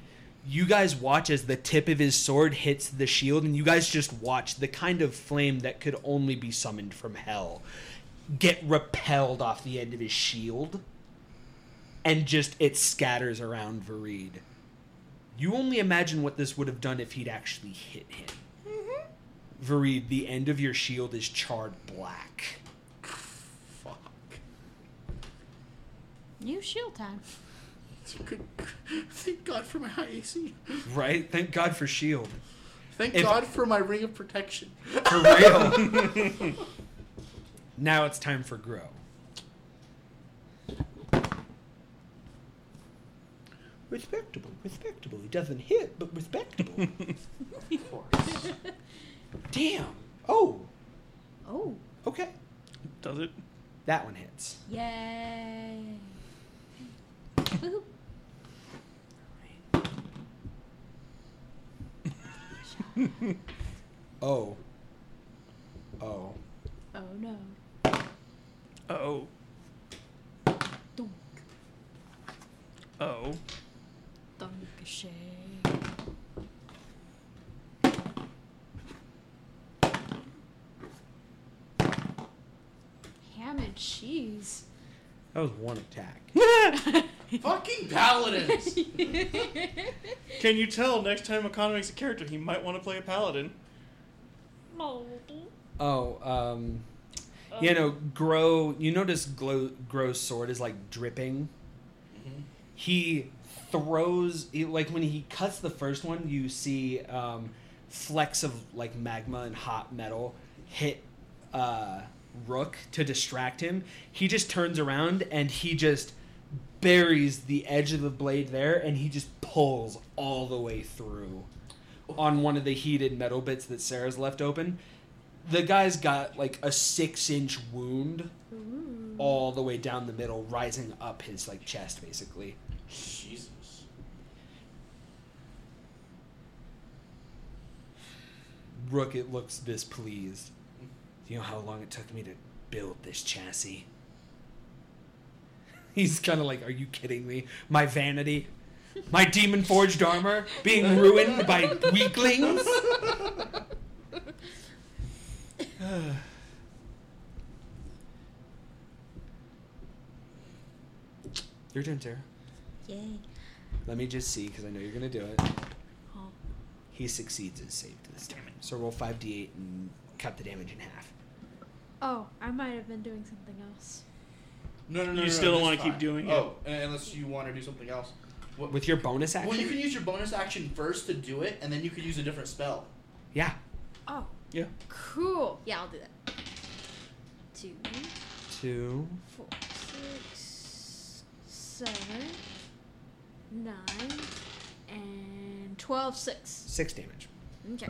You guys watch as the tip of his sword hits the shield, and you guys just watch the kind of flame that could only be summoned from hell get repelled off the end of his shield and just it scatters around Vareed. You only imagine what this would have done if he'd actually hit him. Vareed, the end of your shield is charred black. Fuck. New shield time. It's a good- Thank God for my high AC. Right? Thank God for shield. Thank If- God for my ring of protection. For real. now it's time for grow. Respectable, respectable. He doesn't hit, but respectable. Of course. Damn. Oh, Oh. okay. Does it? That one hits. Yay. Woohoo. Oh. Oh. Oh no. Oh. Dunk. Oh. Dankeschön. Ham and cheese. That was one attack. Fucking paladins! Can you tell next time Akana makes a character, he might want to play a paladin? Oh, um, you know, Grow. You notice Glow, Grow's sword is like dripping. He throws he, like when he cuts the first one, you see um, flecks of like magma and hot metal hit uh, Rook to distract him. He just turns around and he just buries the edge of the blade there, and he just pulls all the way through on one of the heated metal bits that Sarah's left open the guy's got like a six inch wound all the way down the middle rising up his like chest basically Jesus. rook it looks displeased you know how long it took me to build this chassis he's kind of like are you kidding me my vanity my demon forged armor being ruined by weaklings your turn Tara. Yay. Let me just see, because I know you're gonna do it. Oh. He succeeds his save this time. So roll five d8 and cut the damage in half. Oh, I might have been doing something else. No, no, no. You no, still no, wanna that's keep fine. doing it. Oh, and unless you want to do something else. What, With your bonus action. well, you can use your bonus action first to do it, and then you could use a different spell. yeah. Oh. Yeah. Cool. Yeah, I'll do that. Two, Two. Four, six, seven, nine, and twelve, six. Six damage. okay.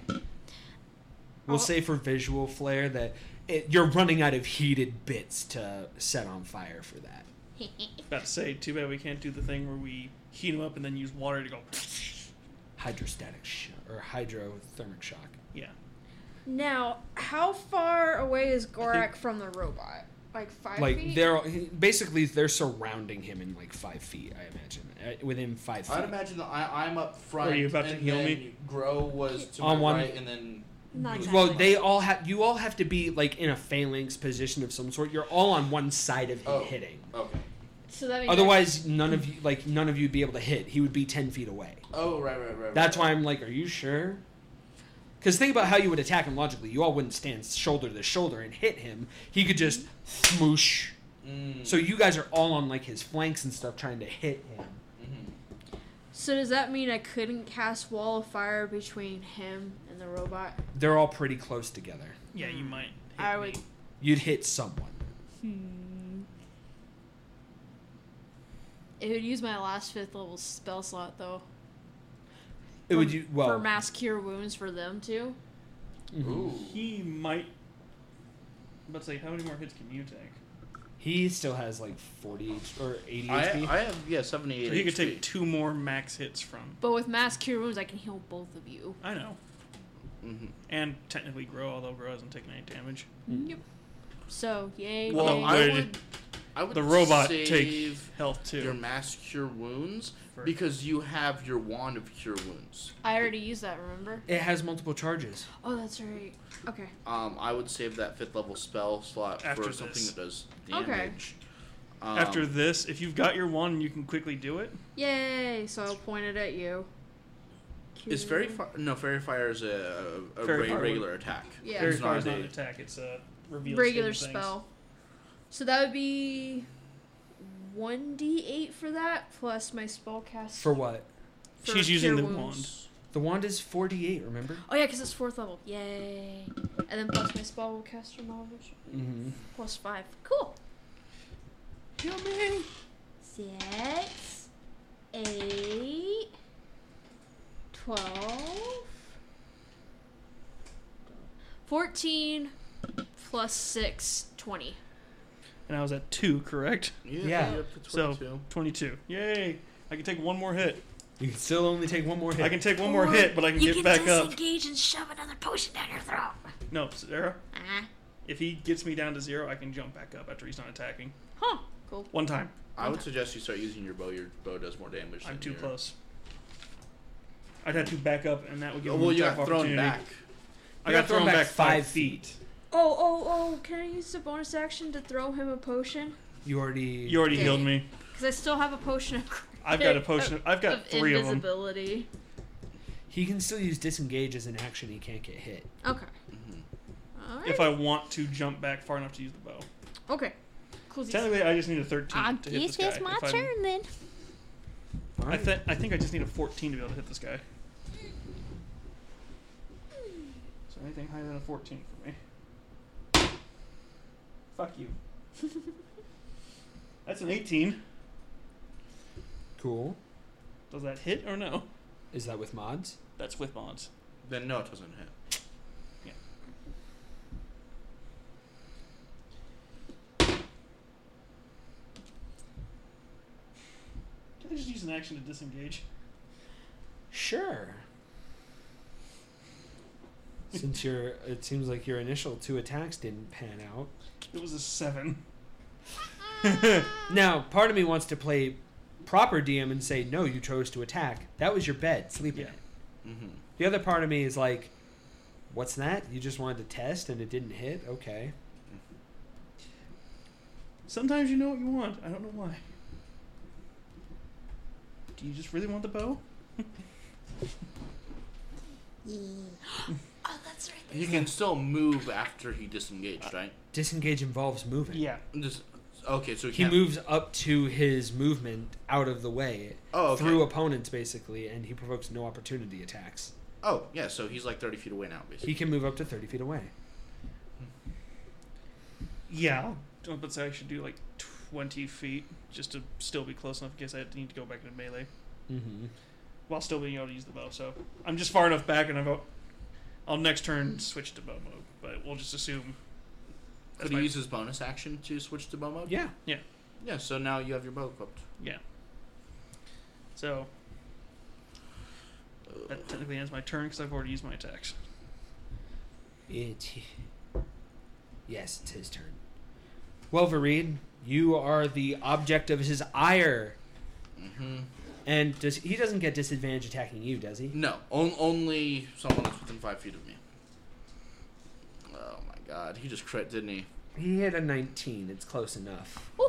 We'll Oh. say for visual flair that it, you're running out of heated bits to set on fire for that. About to say, too bad we can't do the thing where we heat them up and then use water to go. Hydrostatic sh- or hydrothermic shock. Yeah. Now, how far away is Gorak from the robot? Like five Like feet? they're basically they're surrounding him in like five feet. I imagine Uh, within five feet. I'd imagine that I, I'm up front. Are you about to and heal then me? Grow was to On my one- right, and then Not Well, exactly. they all have. You all have to be like in a phalanx position of some sort. You're all on one side of him Oh. hitting. okay. So that means Otherwise, none of you like none of you'd be able to hit. He would be ten feet away. Oh, right, right, right. right. That's why I'm like, are you sure? Because think about how you would attack him logically. You all wouldn't stand shoulder to shoulder and hit him. He could just smoosh. Mm, So you guys are all on like his flanks and stuff, trying to hit him. mhm. So does that mean I couldn't cast Wall of Fire between him and the robot? They're all pretty close together. Yeah, you might. hit I me. would. You'd hit someone. Hmm. It would use my last fifth level spell slot though. It would For- you well. for mass cure wounds for them too. mhm. Ooh. He might. I'm about to say, how many more hits can you take? He still has like forty or eighty I, HP. I have yeah seventy eight. So he could take two more max hits from. But with mass cure wounds, I can heal both of you. I know. Mm-hmm. Mhm. And technically grow, although grow hasn't taken any damage. Mm. Yep. So yay. Well, yay. I Would would. I would The robot save take health too. your mass cure wounds For- because you have your wand of cure wounds. I already used that. Remember? It has multiple charges. Oh, that's right. Okay. Um, I would save that fifth level spell slot After for something this. that does Okay. damage. Um, After this, if you've got your one, you can quickly do it. Yay! So I'll point it at you. is fairy Cure. fire? No, fairy fire is a, a, a Fairy re- fire would- regular attack. Yeah. Very Fairy It's far not is not an a, attack, it's a reveal. regular skin things. spell. So that would be one d eight for that plus my spell cast. For what? for She's using the cure wand. wounds. The wand is 48, remember? Oh yeah, because it's fourth level. Yay! And then plus my spell caster knowledge Mm-hmm. plus five. Cool. Kill me. Six, eight, Twelve. Fourteen plus six. Twenty. and I was at two, correct? Yeah. Yeah. you're up to So- 22. 22. Yay! I can take one more hit. You can still only take one more hit. I can take one more hit, but I can you get back up. disengage and shove another potion down your throat. No, Sarah, Uh-huh. Ah, if he gets me down to zero, I can jump back up after he's not attacking. Huh. Cool. One time. I would suggest you start using your bow. Your bow does more damage. I'm than too your- close. I'd have to back up, and that would give Oh, him well, an you attack got thrown opportunity. back. I got thrown back five feet. Oh, oh, oh! Can I use the bonus action to throw him a potion? You already. You already Okay. healed me. Because I still have a potion of. I've got a potion. Of, I've got of three of them. invisibility. He can still use disengage as an action. He can't get hit. Okay. Mhm. All right. If I want to jump back far enough to use the bow. okay. Cool. Technically, I just need a 13 Ah, I to hit guess this guy. it's my if I'm- turn then. I, th- I think I just need a 14 to be able to hit this guy. So anything higher than a 14 for me. Fuck you. That's an 18. Cool. Does that hit or no? Is that with mods? That's with mods. Then no, it doesn't hit. Can I just use an action to disengage? Sure. Since your it seems like your initial two attacks didn't pan out. It was a 7. Now, part of me wants to play proper DM and say no, you chose to attack. That was your bed, sleep in Yeah. it. Mm-hmm. The other part of me is like, what's that? You just wanted to test and it didn't hit. Okay. Sometimes you know what you want. I don't know why. Do you just really want the bow? oh, that's right. He can still move after he disengaged, right? Disengage involves moving. Just, okay, so he, He can't- moves up to his movement out of the way Oh, okay. through opponents basically, and he provokes no opportunity attacks. Oh, yeah. So he's like thirty feet away now, basically. He can move up to thirty feet away. Yeah. Don't but say I should do like 20 feet just to still be close enough in case I need to go back into melee Mm-hmm. while still being able to use the bow. So I'm just far enough back and I've, I'll next turn switch to bow mode, but we'll just assume. Could my- he use his bonus action to switch to bow mode? Yeah. Yeah. So now you have your bow equipped. So Uh, that technically ends my turn because I've already used my attacks. It. Yes, it's his turn. Well, Vareed, you are the object of his ire, Mm-hmm. and does he doesn't get disadvantage attacking you, does he? No, on, only someone that's within five feet of me. Oh my god, he just crit, didn't he? He hit a nineteen. It's close enough. Woo.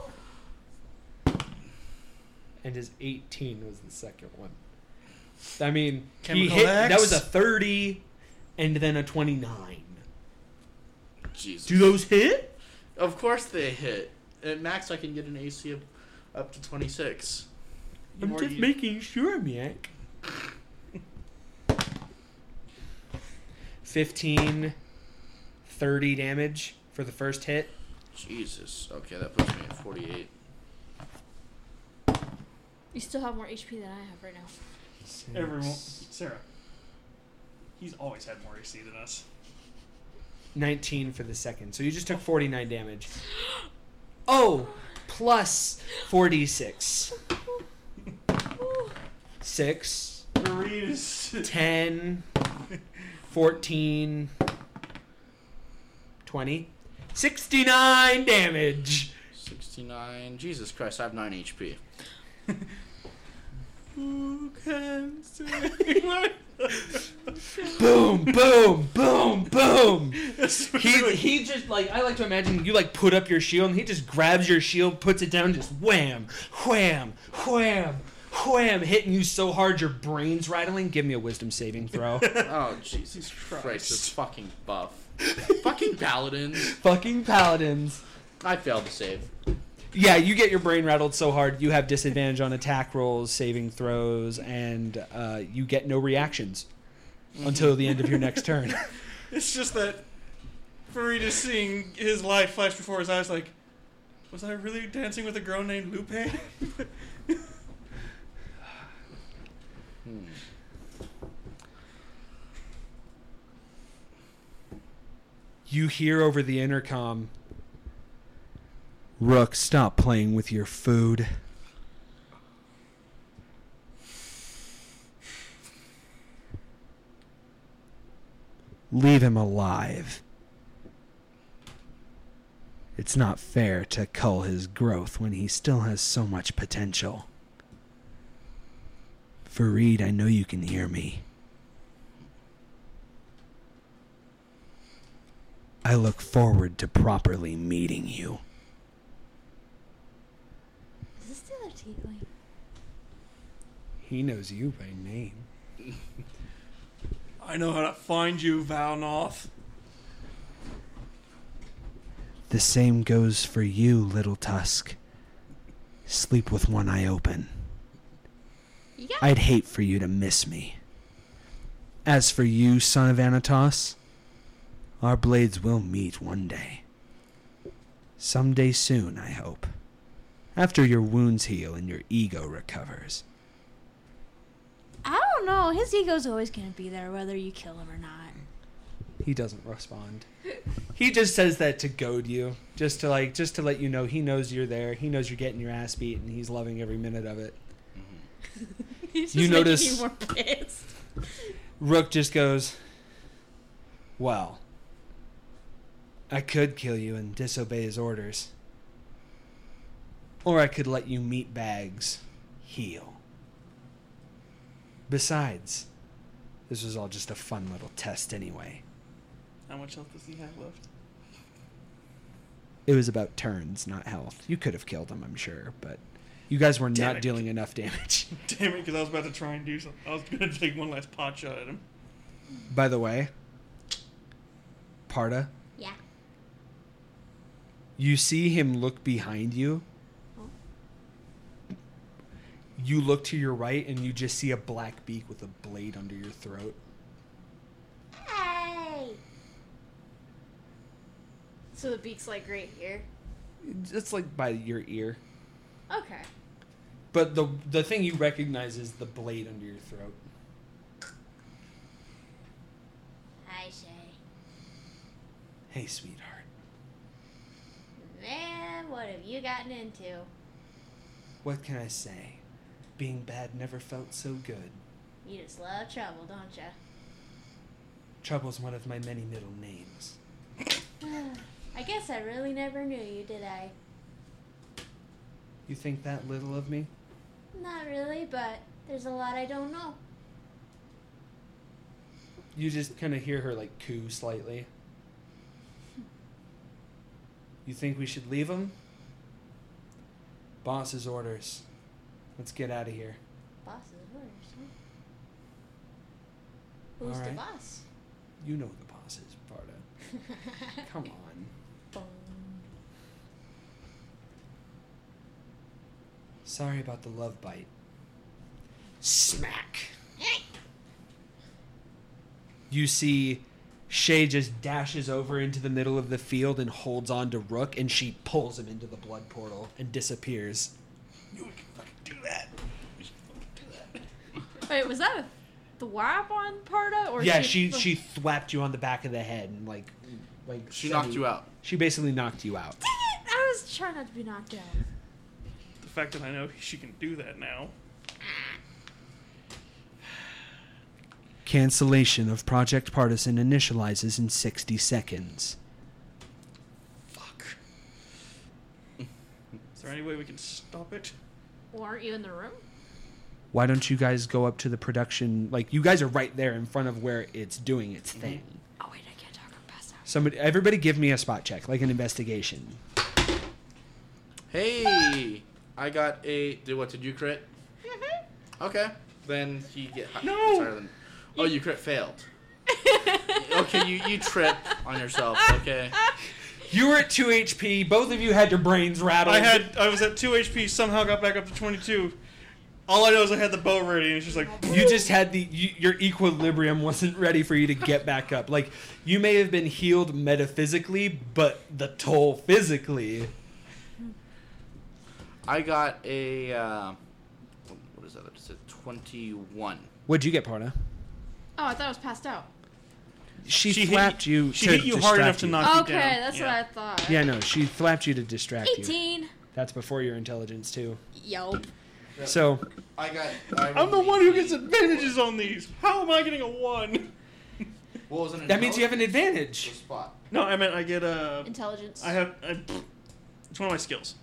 And his eighteen was the second one. I mean, he Chemical hit. X. That was a thirty, and then a twenty-nine. Jesus. Do those hit? Of course they hit. At max, I can get an AC of up to 26. You've I'm already just used- making sure, Miak. Fifteen, thirty damage for the first hit. Jesus. Okay, that puts me at 48. You still have more HP than I have right now. Everyone, Sarah. He's always had more AC than us. 19 for the second. So you just took 49 damage. Oh, plus 46. 6, Marie is 10, 14, 20. 69 damage. 69. Jesus Christ, I have 9 HP. Who can save my Boom, boom, boom, boom. That's what He, he just like I like to imagine you like put up your shield and he just grabs your shield, puts it down, just wham, wham, wham, wham, hitting you so hard your brain's rattling. Give me a wisdom saving throw. Oh, Jesus Christ. this fucking buff. fucking paladins. Fucking paladins. I failed to save. Yeah, you get your brain rattled so hard you have disadvantage on attack rolls, saving throws, and uh, you get no reactions until the end of your next turn. It's just that Farid is seeing his life flash before his eyes like, was I really dancing with a girl named Lupe? Hmm. you hear over the intercom Rook, stop playing with your food. Leave him alive. It's not fair to cull his growth when he still has so much potential. Fareed, I know you can hear me. I look forward to properly meeting you. Is this the other tiefling? He knows you by name. I know how to find you, Valnoth. The same goes for you, little tusk. Sleep with one eye open. You got I'd hate for you to miss me. As for you, son of Anatos, our blades will meet one day. Some day soon, I hope. After your wounds heal and your ego recovers. I don't know. His ego's always gonna be there, whether you kill him or not. He doesn't respond. He just says that to goad you, just to like, just to let you know he knows you're there. He knows you're getting your ass beat, and he's loving every minute of it. He's just You making notice- me more pissed. Rook just goes, Well, I could kill you and disobey his orders. Or I could let you meat bags heal. Besides, this was all just a fun little test anyway. How much health does he have left? It was about turns, not health. You could have killed him, I'm sure, but you guys were Damn not it. dealing enough damage. Damn it, because I was about to try and do something. I was gonna take one last pot shot at him. By the way, Parda, Yeah. You see him look behind you. You look to your right and you just see a black beak with a blade under your throat. Hey. So the beak's like right here. It's like by your ear. Okay. But the the thing you recognize is the blade under your throat. I say, Hey, sweetheart. man, what have you gotten into? What can I say? Being bad never felt so good. You just love trouble, don't ya? Trouble's one of my many middle names. I guess I really never knew you, did I? You think that little of me? Not really, but there's a lot I don't know. You just kind of hear her like coo slightly. You think we should leave him? Boss's orders. Let's get out of here. Boss's orders, huh? Who's the Alright. boss? You know the boss is Barda. Come on. Sorry about the love bite. Smack. You see Shay just dashes over into the middle of the field and holds on to Rook and she pulls him into the blood portal and disappears. Wait, was that a thwap on Parda? Or yeah, she she thwapped you on the back of the head and like like She knocked you out. She basically knocked you out. Dang it! I was trying not to be knocked out. The fact that I know she can do that now. Cancellation of Project Partisan initializes in 60 seconds. Fuck. Is there any way we can stop it? Well, aren't you in the room? Why don't you guys go up to the production? Like you guys are right there in front of where it's doing its thing. Oh wait, I can't talk. I'm passed out. Somebody, everybody, give me a spot check, like an investigation. Hey, I got a. Did what? Did you crit? Mm-hmm. Okay, then you get. hi- No! sorry, then- Oh, you crit failed. okay, you you trip on yourself. Okay. You were at two HP. Both of you had your brains rattled. I had I was at two HP, somehow got back up to twenty two. All I know is I had the bow ready, and she's like, You just had the you, your equilibrium wasn't ready for you to get back up. Like you may have been healed metaphysically, but the toll physically. I got a. Uh, what is that? It's a twenty-one. What'd you get, Parna? Oh, I thought I was passed out. she, She hit flapped you. she to hit you hard distract enough to you. knock you Okay, down. that's yeah. what I thought. Yeah, no, she flapped you to distract you. 18. That's before your intelligence too. Yo. So I got. I I'm the rolled one who 18. gets advantages on these. How am I getting a one? What was an That means you have an intelligence or advantage. spot. No, I meant I get a. Intelligence. I have. I, it's one of my skills.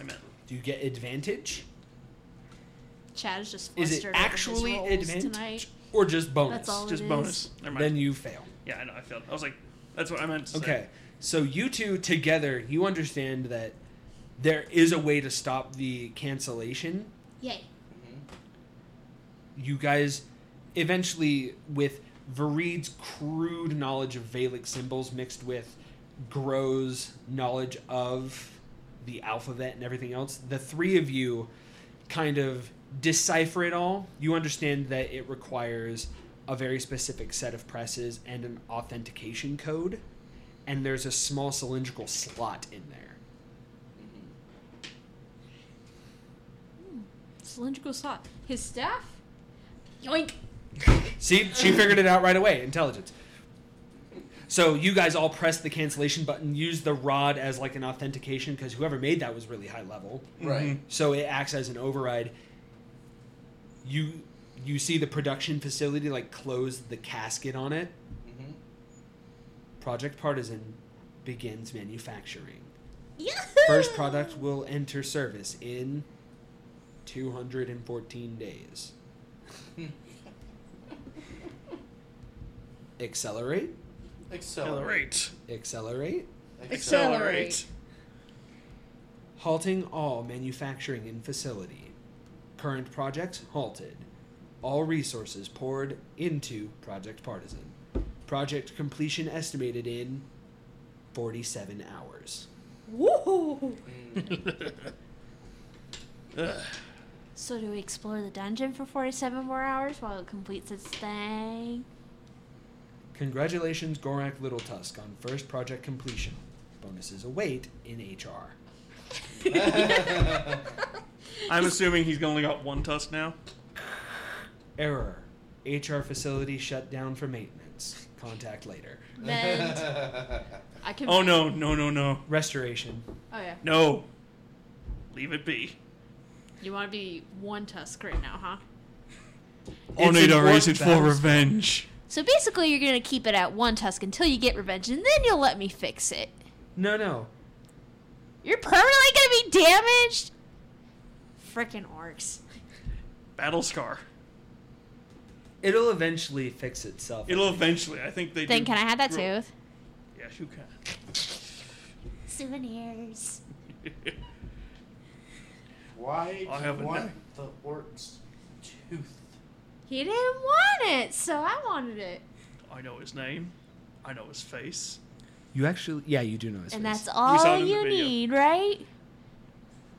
I meant. Do you get advantage? Chad is just Is it flustered over his actually rolls advantage tonight. or just bonus? That's all. Just it is. bonus. Never mind. Then you fail. yeah, I know. I failed. I was like, that's what I meant. To say. Okay. So you two together, you understand that there is a way to stop the cancellation. Yay. You guys eventually with Vareed's crude knowledge of Valic symbols mixed with Gro's knowledge of the alphabet and everything else, the three of you kind of decipher it all. You understand that it requires a very specific set of presses and an authentication code, and there's a small cylindrical slot in there. Cylindrical slot. His staff. Yoink. See, she figured it out right away. Intelligence. So you guys all press the cancellation button, use the rod as like an authentication because whoever made that was really high level. Right. So it acts as an override. You you see the production facility like close the casket on it. Mm-hmm. Project Partisan begins manufacturing. Yahoo! First product will enter service in 214 days. Mm-hmm. Accelerate. Accelerate. Accelerate. Accelerate. Accelerate. Halting all manufacturing in facility. Current projects halted. All resources poured into Project Partisan. Project completion estimated in 47 hours. Woohoo! Mm. Ugh. So do we explore the dungeon for 47 more hours while it completes its thing? Congratulations, Gorak Little Tusk, on first project completion. Bonuses await in HR. I'm assuming he's only got one tusk now. Error. HR facility shut down for maintenance. Contact later. Then I can. Oh no! No! No! No! Restoration. Oh yeah. No! Leave it be. You want to be one tusk right now, huh? Oh, an orc battle sp- revenge. So basically, you're gonna keep it at one tusk until you get revenge, and then you'll let me fix it. No, no. You're permanently gonna be damaged. Frickin' orcs. Battle scar. It'll eventually fix itself. It'll eventually. I think they. Then do can I have that grow- tooth? Yes, you can. Souvenirs. Why I do have you a want knife. the orc's tooth? He didn't want it, so I wanted it. I know his name. I know his face. you actually, yeah, you do know his And face. that's saw all it in the you video. need, right?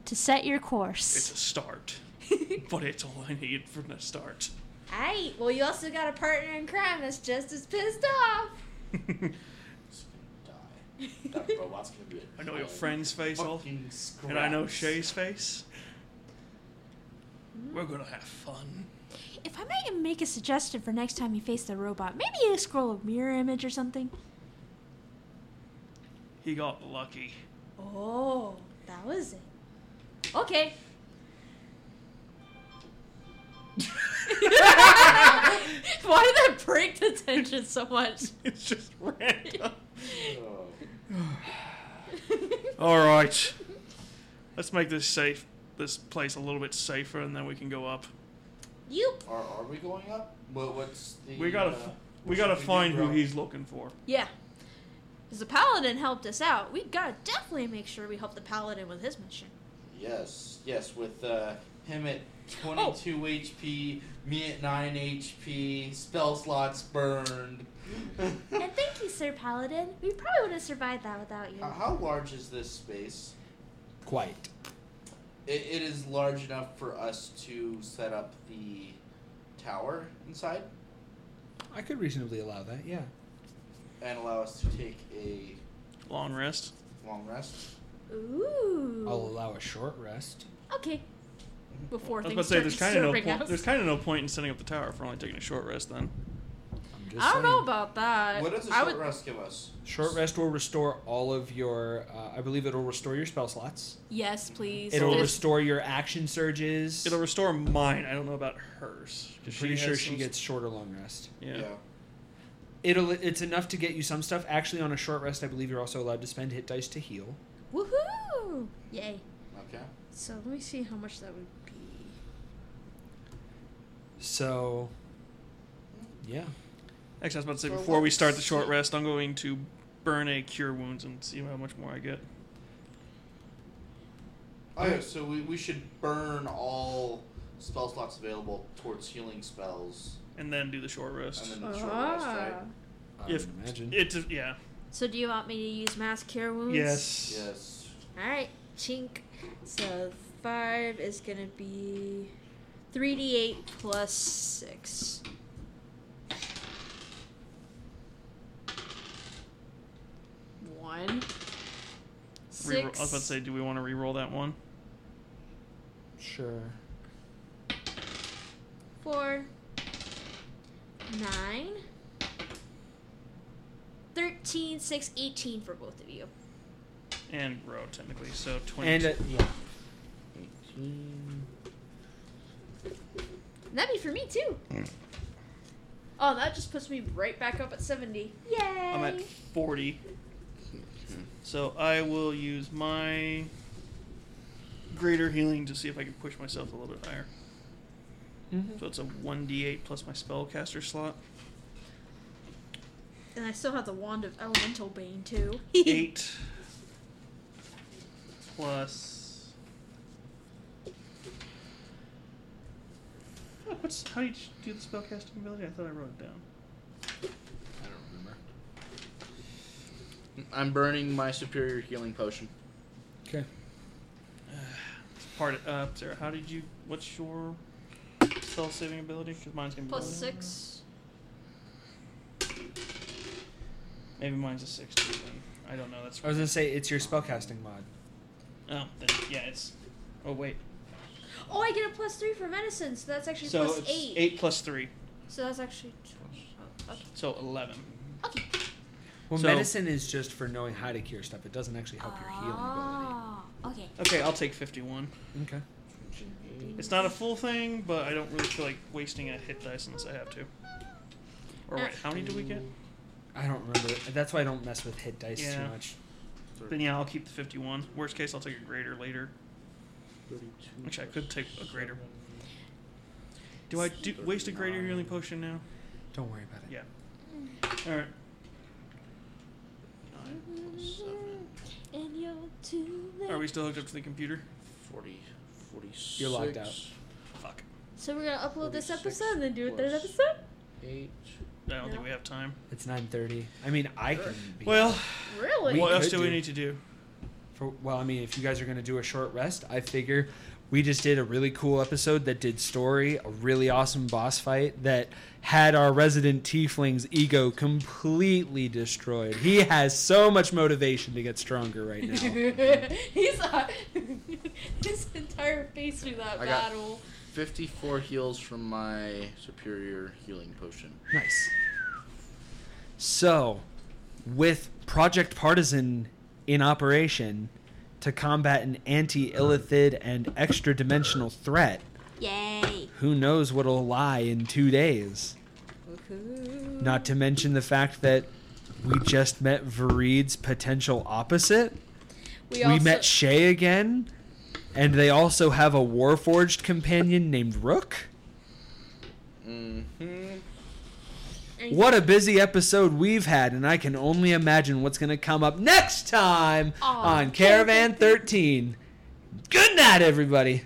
To set your It's course. a start, but it's all I need from the start. Aight, well, you also got a partner in crime that's just as pissed off. It's gonna die. That robot's gonna be. a I know your giant friend's face, all, fucking and I know scraps. Shay's face. We're gonna have fun. If I might make a suggestion for next time you face the robot, maybe you scroll a mirror image or something. He got lucky. Oh, that was it. Okay. Why did that break the tension so much? It's just random. Oh. all right, let's make this safe. This place a little bit safer, and then we can go up. You. Are, are we going up? What, what's the? We gotta, uh, f- what we should gotta do, find who bro? he's looking for. Yeah. Because the paladin helped us out. We gotta definitely make sure we help the paladin with his mission. Yes, yes, with uh, him at Oh! 22 HP, me at 9 HP, spell slots burned. Uh, And thank you, Sir Paladin. We probably would have survived that without you. How large is this space? Quite. It, it is large enough for us to set up the tower inside I could reasonably allow that, yeah. and allow us to take a Long rest. long rest. Ooh. I'll allow a short rest. Okay. Before I was things about to say there's start kind of no disturbing point. us. There's kind of no point in setting up the tower if we're only taking a short rest then. I'm Just I don't know saying. about that. What does a Uh, I short would, rest give us? Short rest will restore all of your. Uh, I believe it'll restore your spell slots. Yes, please. It'll This- restore your action surges. It'll restore mine. I don't know about hers. 'cause I'm pretty has sure some she gets short or long rest. Yeah. It'll. It's enough to get you some stuff. Actually, on a short rest, I believe you're also allowed to spend hit dice to heal. Woohoo! Yay. Okay. So let me see how much that would be. So. Yeah. Actually, I was about to say So before we let's start the short see. rest, I'm going to burn a cure wounds and see how much more I get. Oh, yeah, so we, we should burn all spell slots available towards healing spells And then do the short rest. and then the short rest, right? Ah. I If- Um, would imagine. It's a- yeah. So do you want me to use mass cure wounds? Yes. Yes. Alright, chink. So five is gonna be 3d8 plus six. one. Reroll- I Six. was about to say, do we want to re-roll that one? Sure. Four. Nine. 13, 6, 18 for both of you. And grow technically, so twenty. And uh, yeah. That'd be for me too. Oh, that just puts me right back up at 70. Yay! I'm at forty. So I will use my greater healing to see if I can push myself a little bit higher. Mm-hmm. So it's a one d8 plus my spellcaster slot. And I still have the wand of elemental bane too. Eight plus. Oh, What's how do you do the spellcasting ability? I thought I wrote it down. I don't remember. I'm burning my superior healing potion. Okay. Part it up, Sarah. How did you? What's your spell saving ability? Because mine's gonna be Plus lower. six. Maybe mine's a six too. Then. I don't know. That's I was gonna say it's your spellcasting mod. oh then, yeah. It's oh wait. Oh, I get a plus three for medicine, so that's actually So plus it's eight. eight plus three, So that's actually. tw- so eleven. Well, So- medicine is just for knowing how to cure stuff. It doesn't actually help your healing ability. Ah, okay. Okay, I'll take fifty-one. Okay. It's not a full thing, but I don't really feel like wasting a hit dice unless I have to. Or wait, how many do we get? I don't remember. That's why I don't mess with hit dice Yeah. too much. Then yeah, I'll keep the 51. Worst case, I'll take a greater later. Which I could take a greater. Do I do, waste a greater healing potion now? Don't worry about it. Yeah. All right. Nine plus seven, Mm-hmm. And you're too late. Are we still hooked up to the computer? 40, 46. You're logged out. Fuck. So we're gonna upload this 46 episode and then do it that plus- episode? Eight. I don't No. think we have time. It's nine thirty. I mean, I can. Be Well, Really? We what else could do we do. need to do? For, well, I mean, if you guys are going to do a short rest, I figure we just did a really cool episode that did story, a really awesome boss fight that had our resident tiefling's ego completely destroyed. He has so much motivation to get stronger right now. He's uh, his entire face through that I got- battle. 54 heals from my superior healing potion. nice. So, with Project Partisan in operation to combat an anti illithid and extra dimensional threat, Yay! who knows what'll lie in two days? Not to mention the fact that we just met Vareed's potential opposite. We, also- met Shay again, and they also have a Warforged companion named Rook. Mm-hmm. What a busy episode we've had, and I can only imagine what's going to come up next time on Caravan 13. Good night, everybody.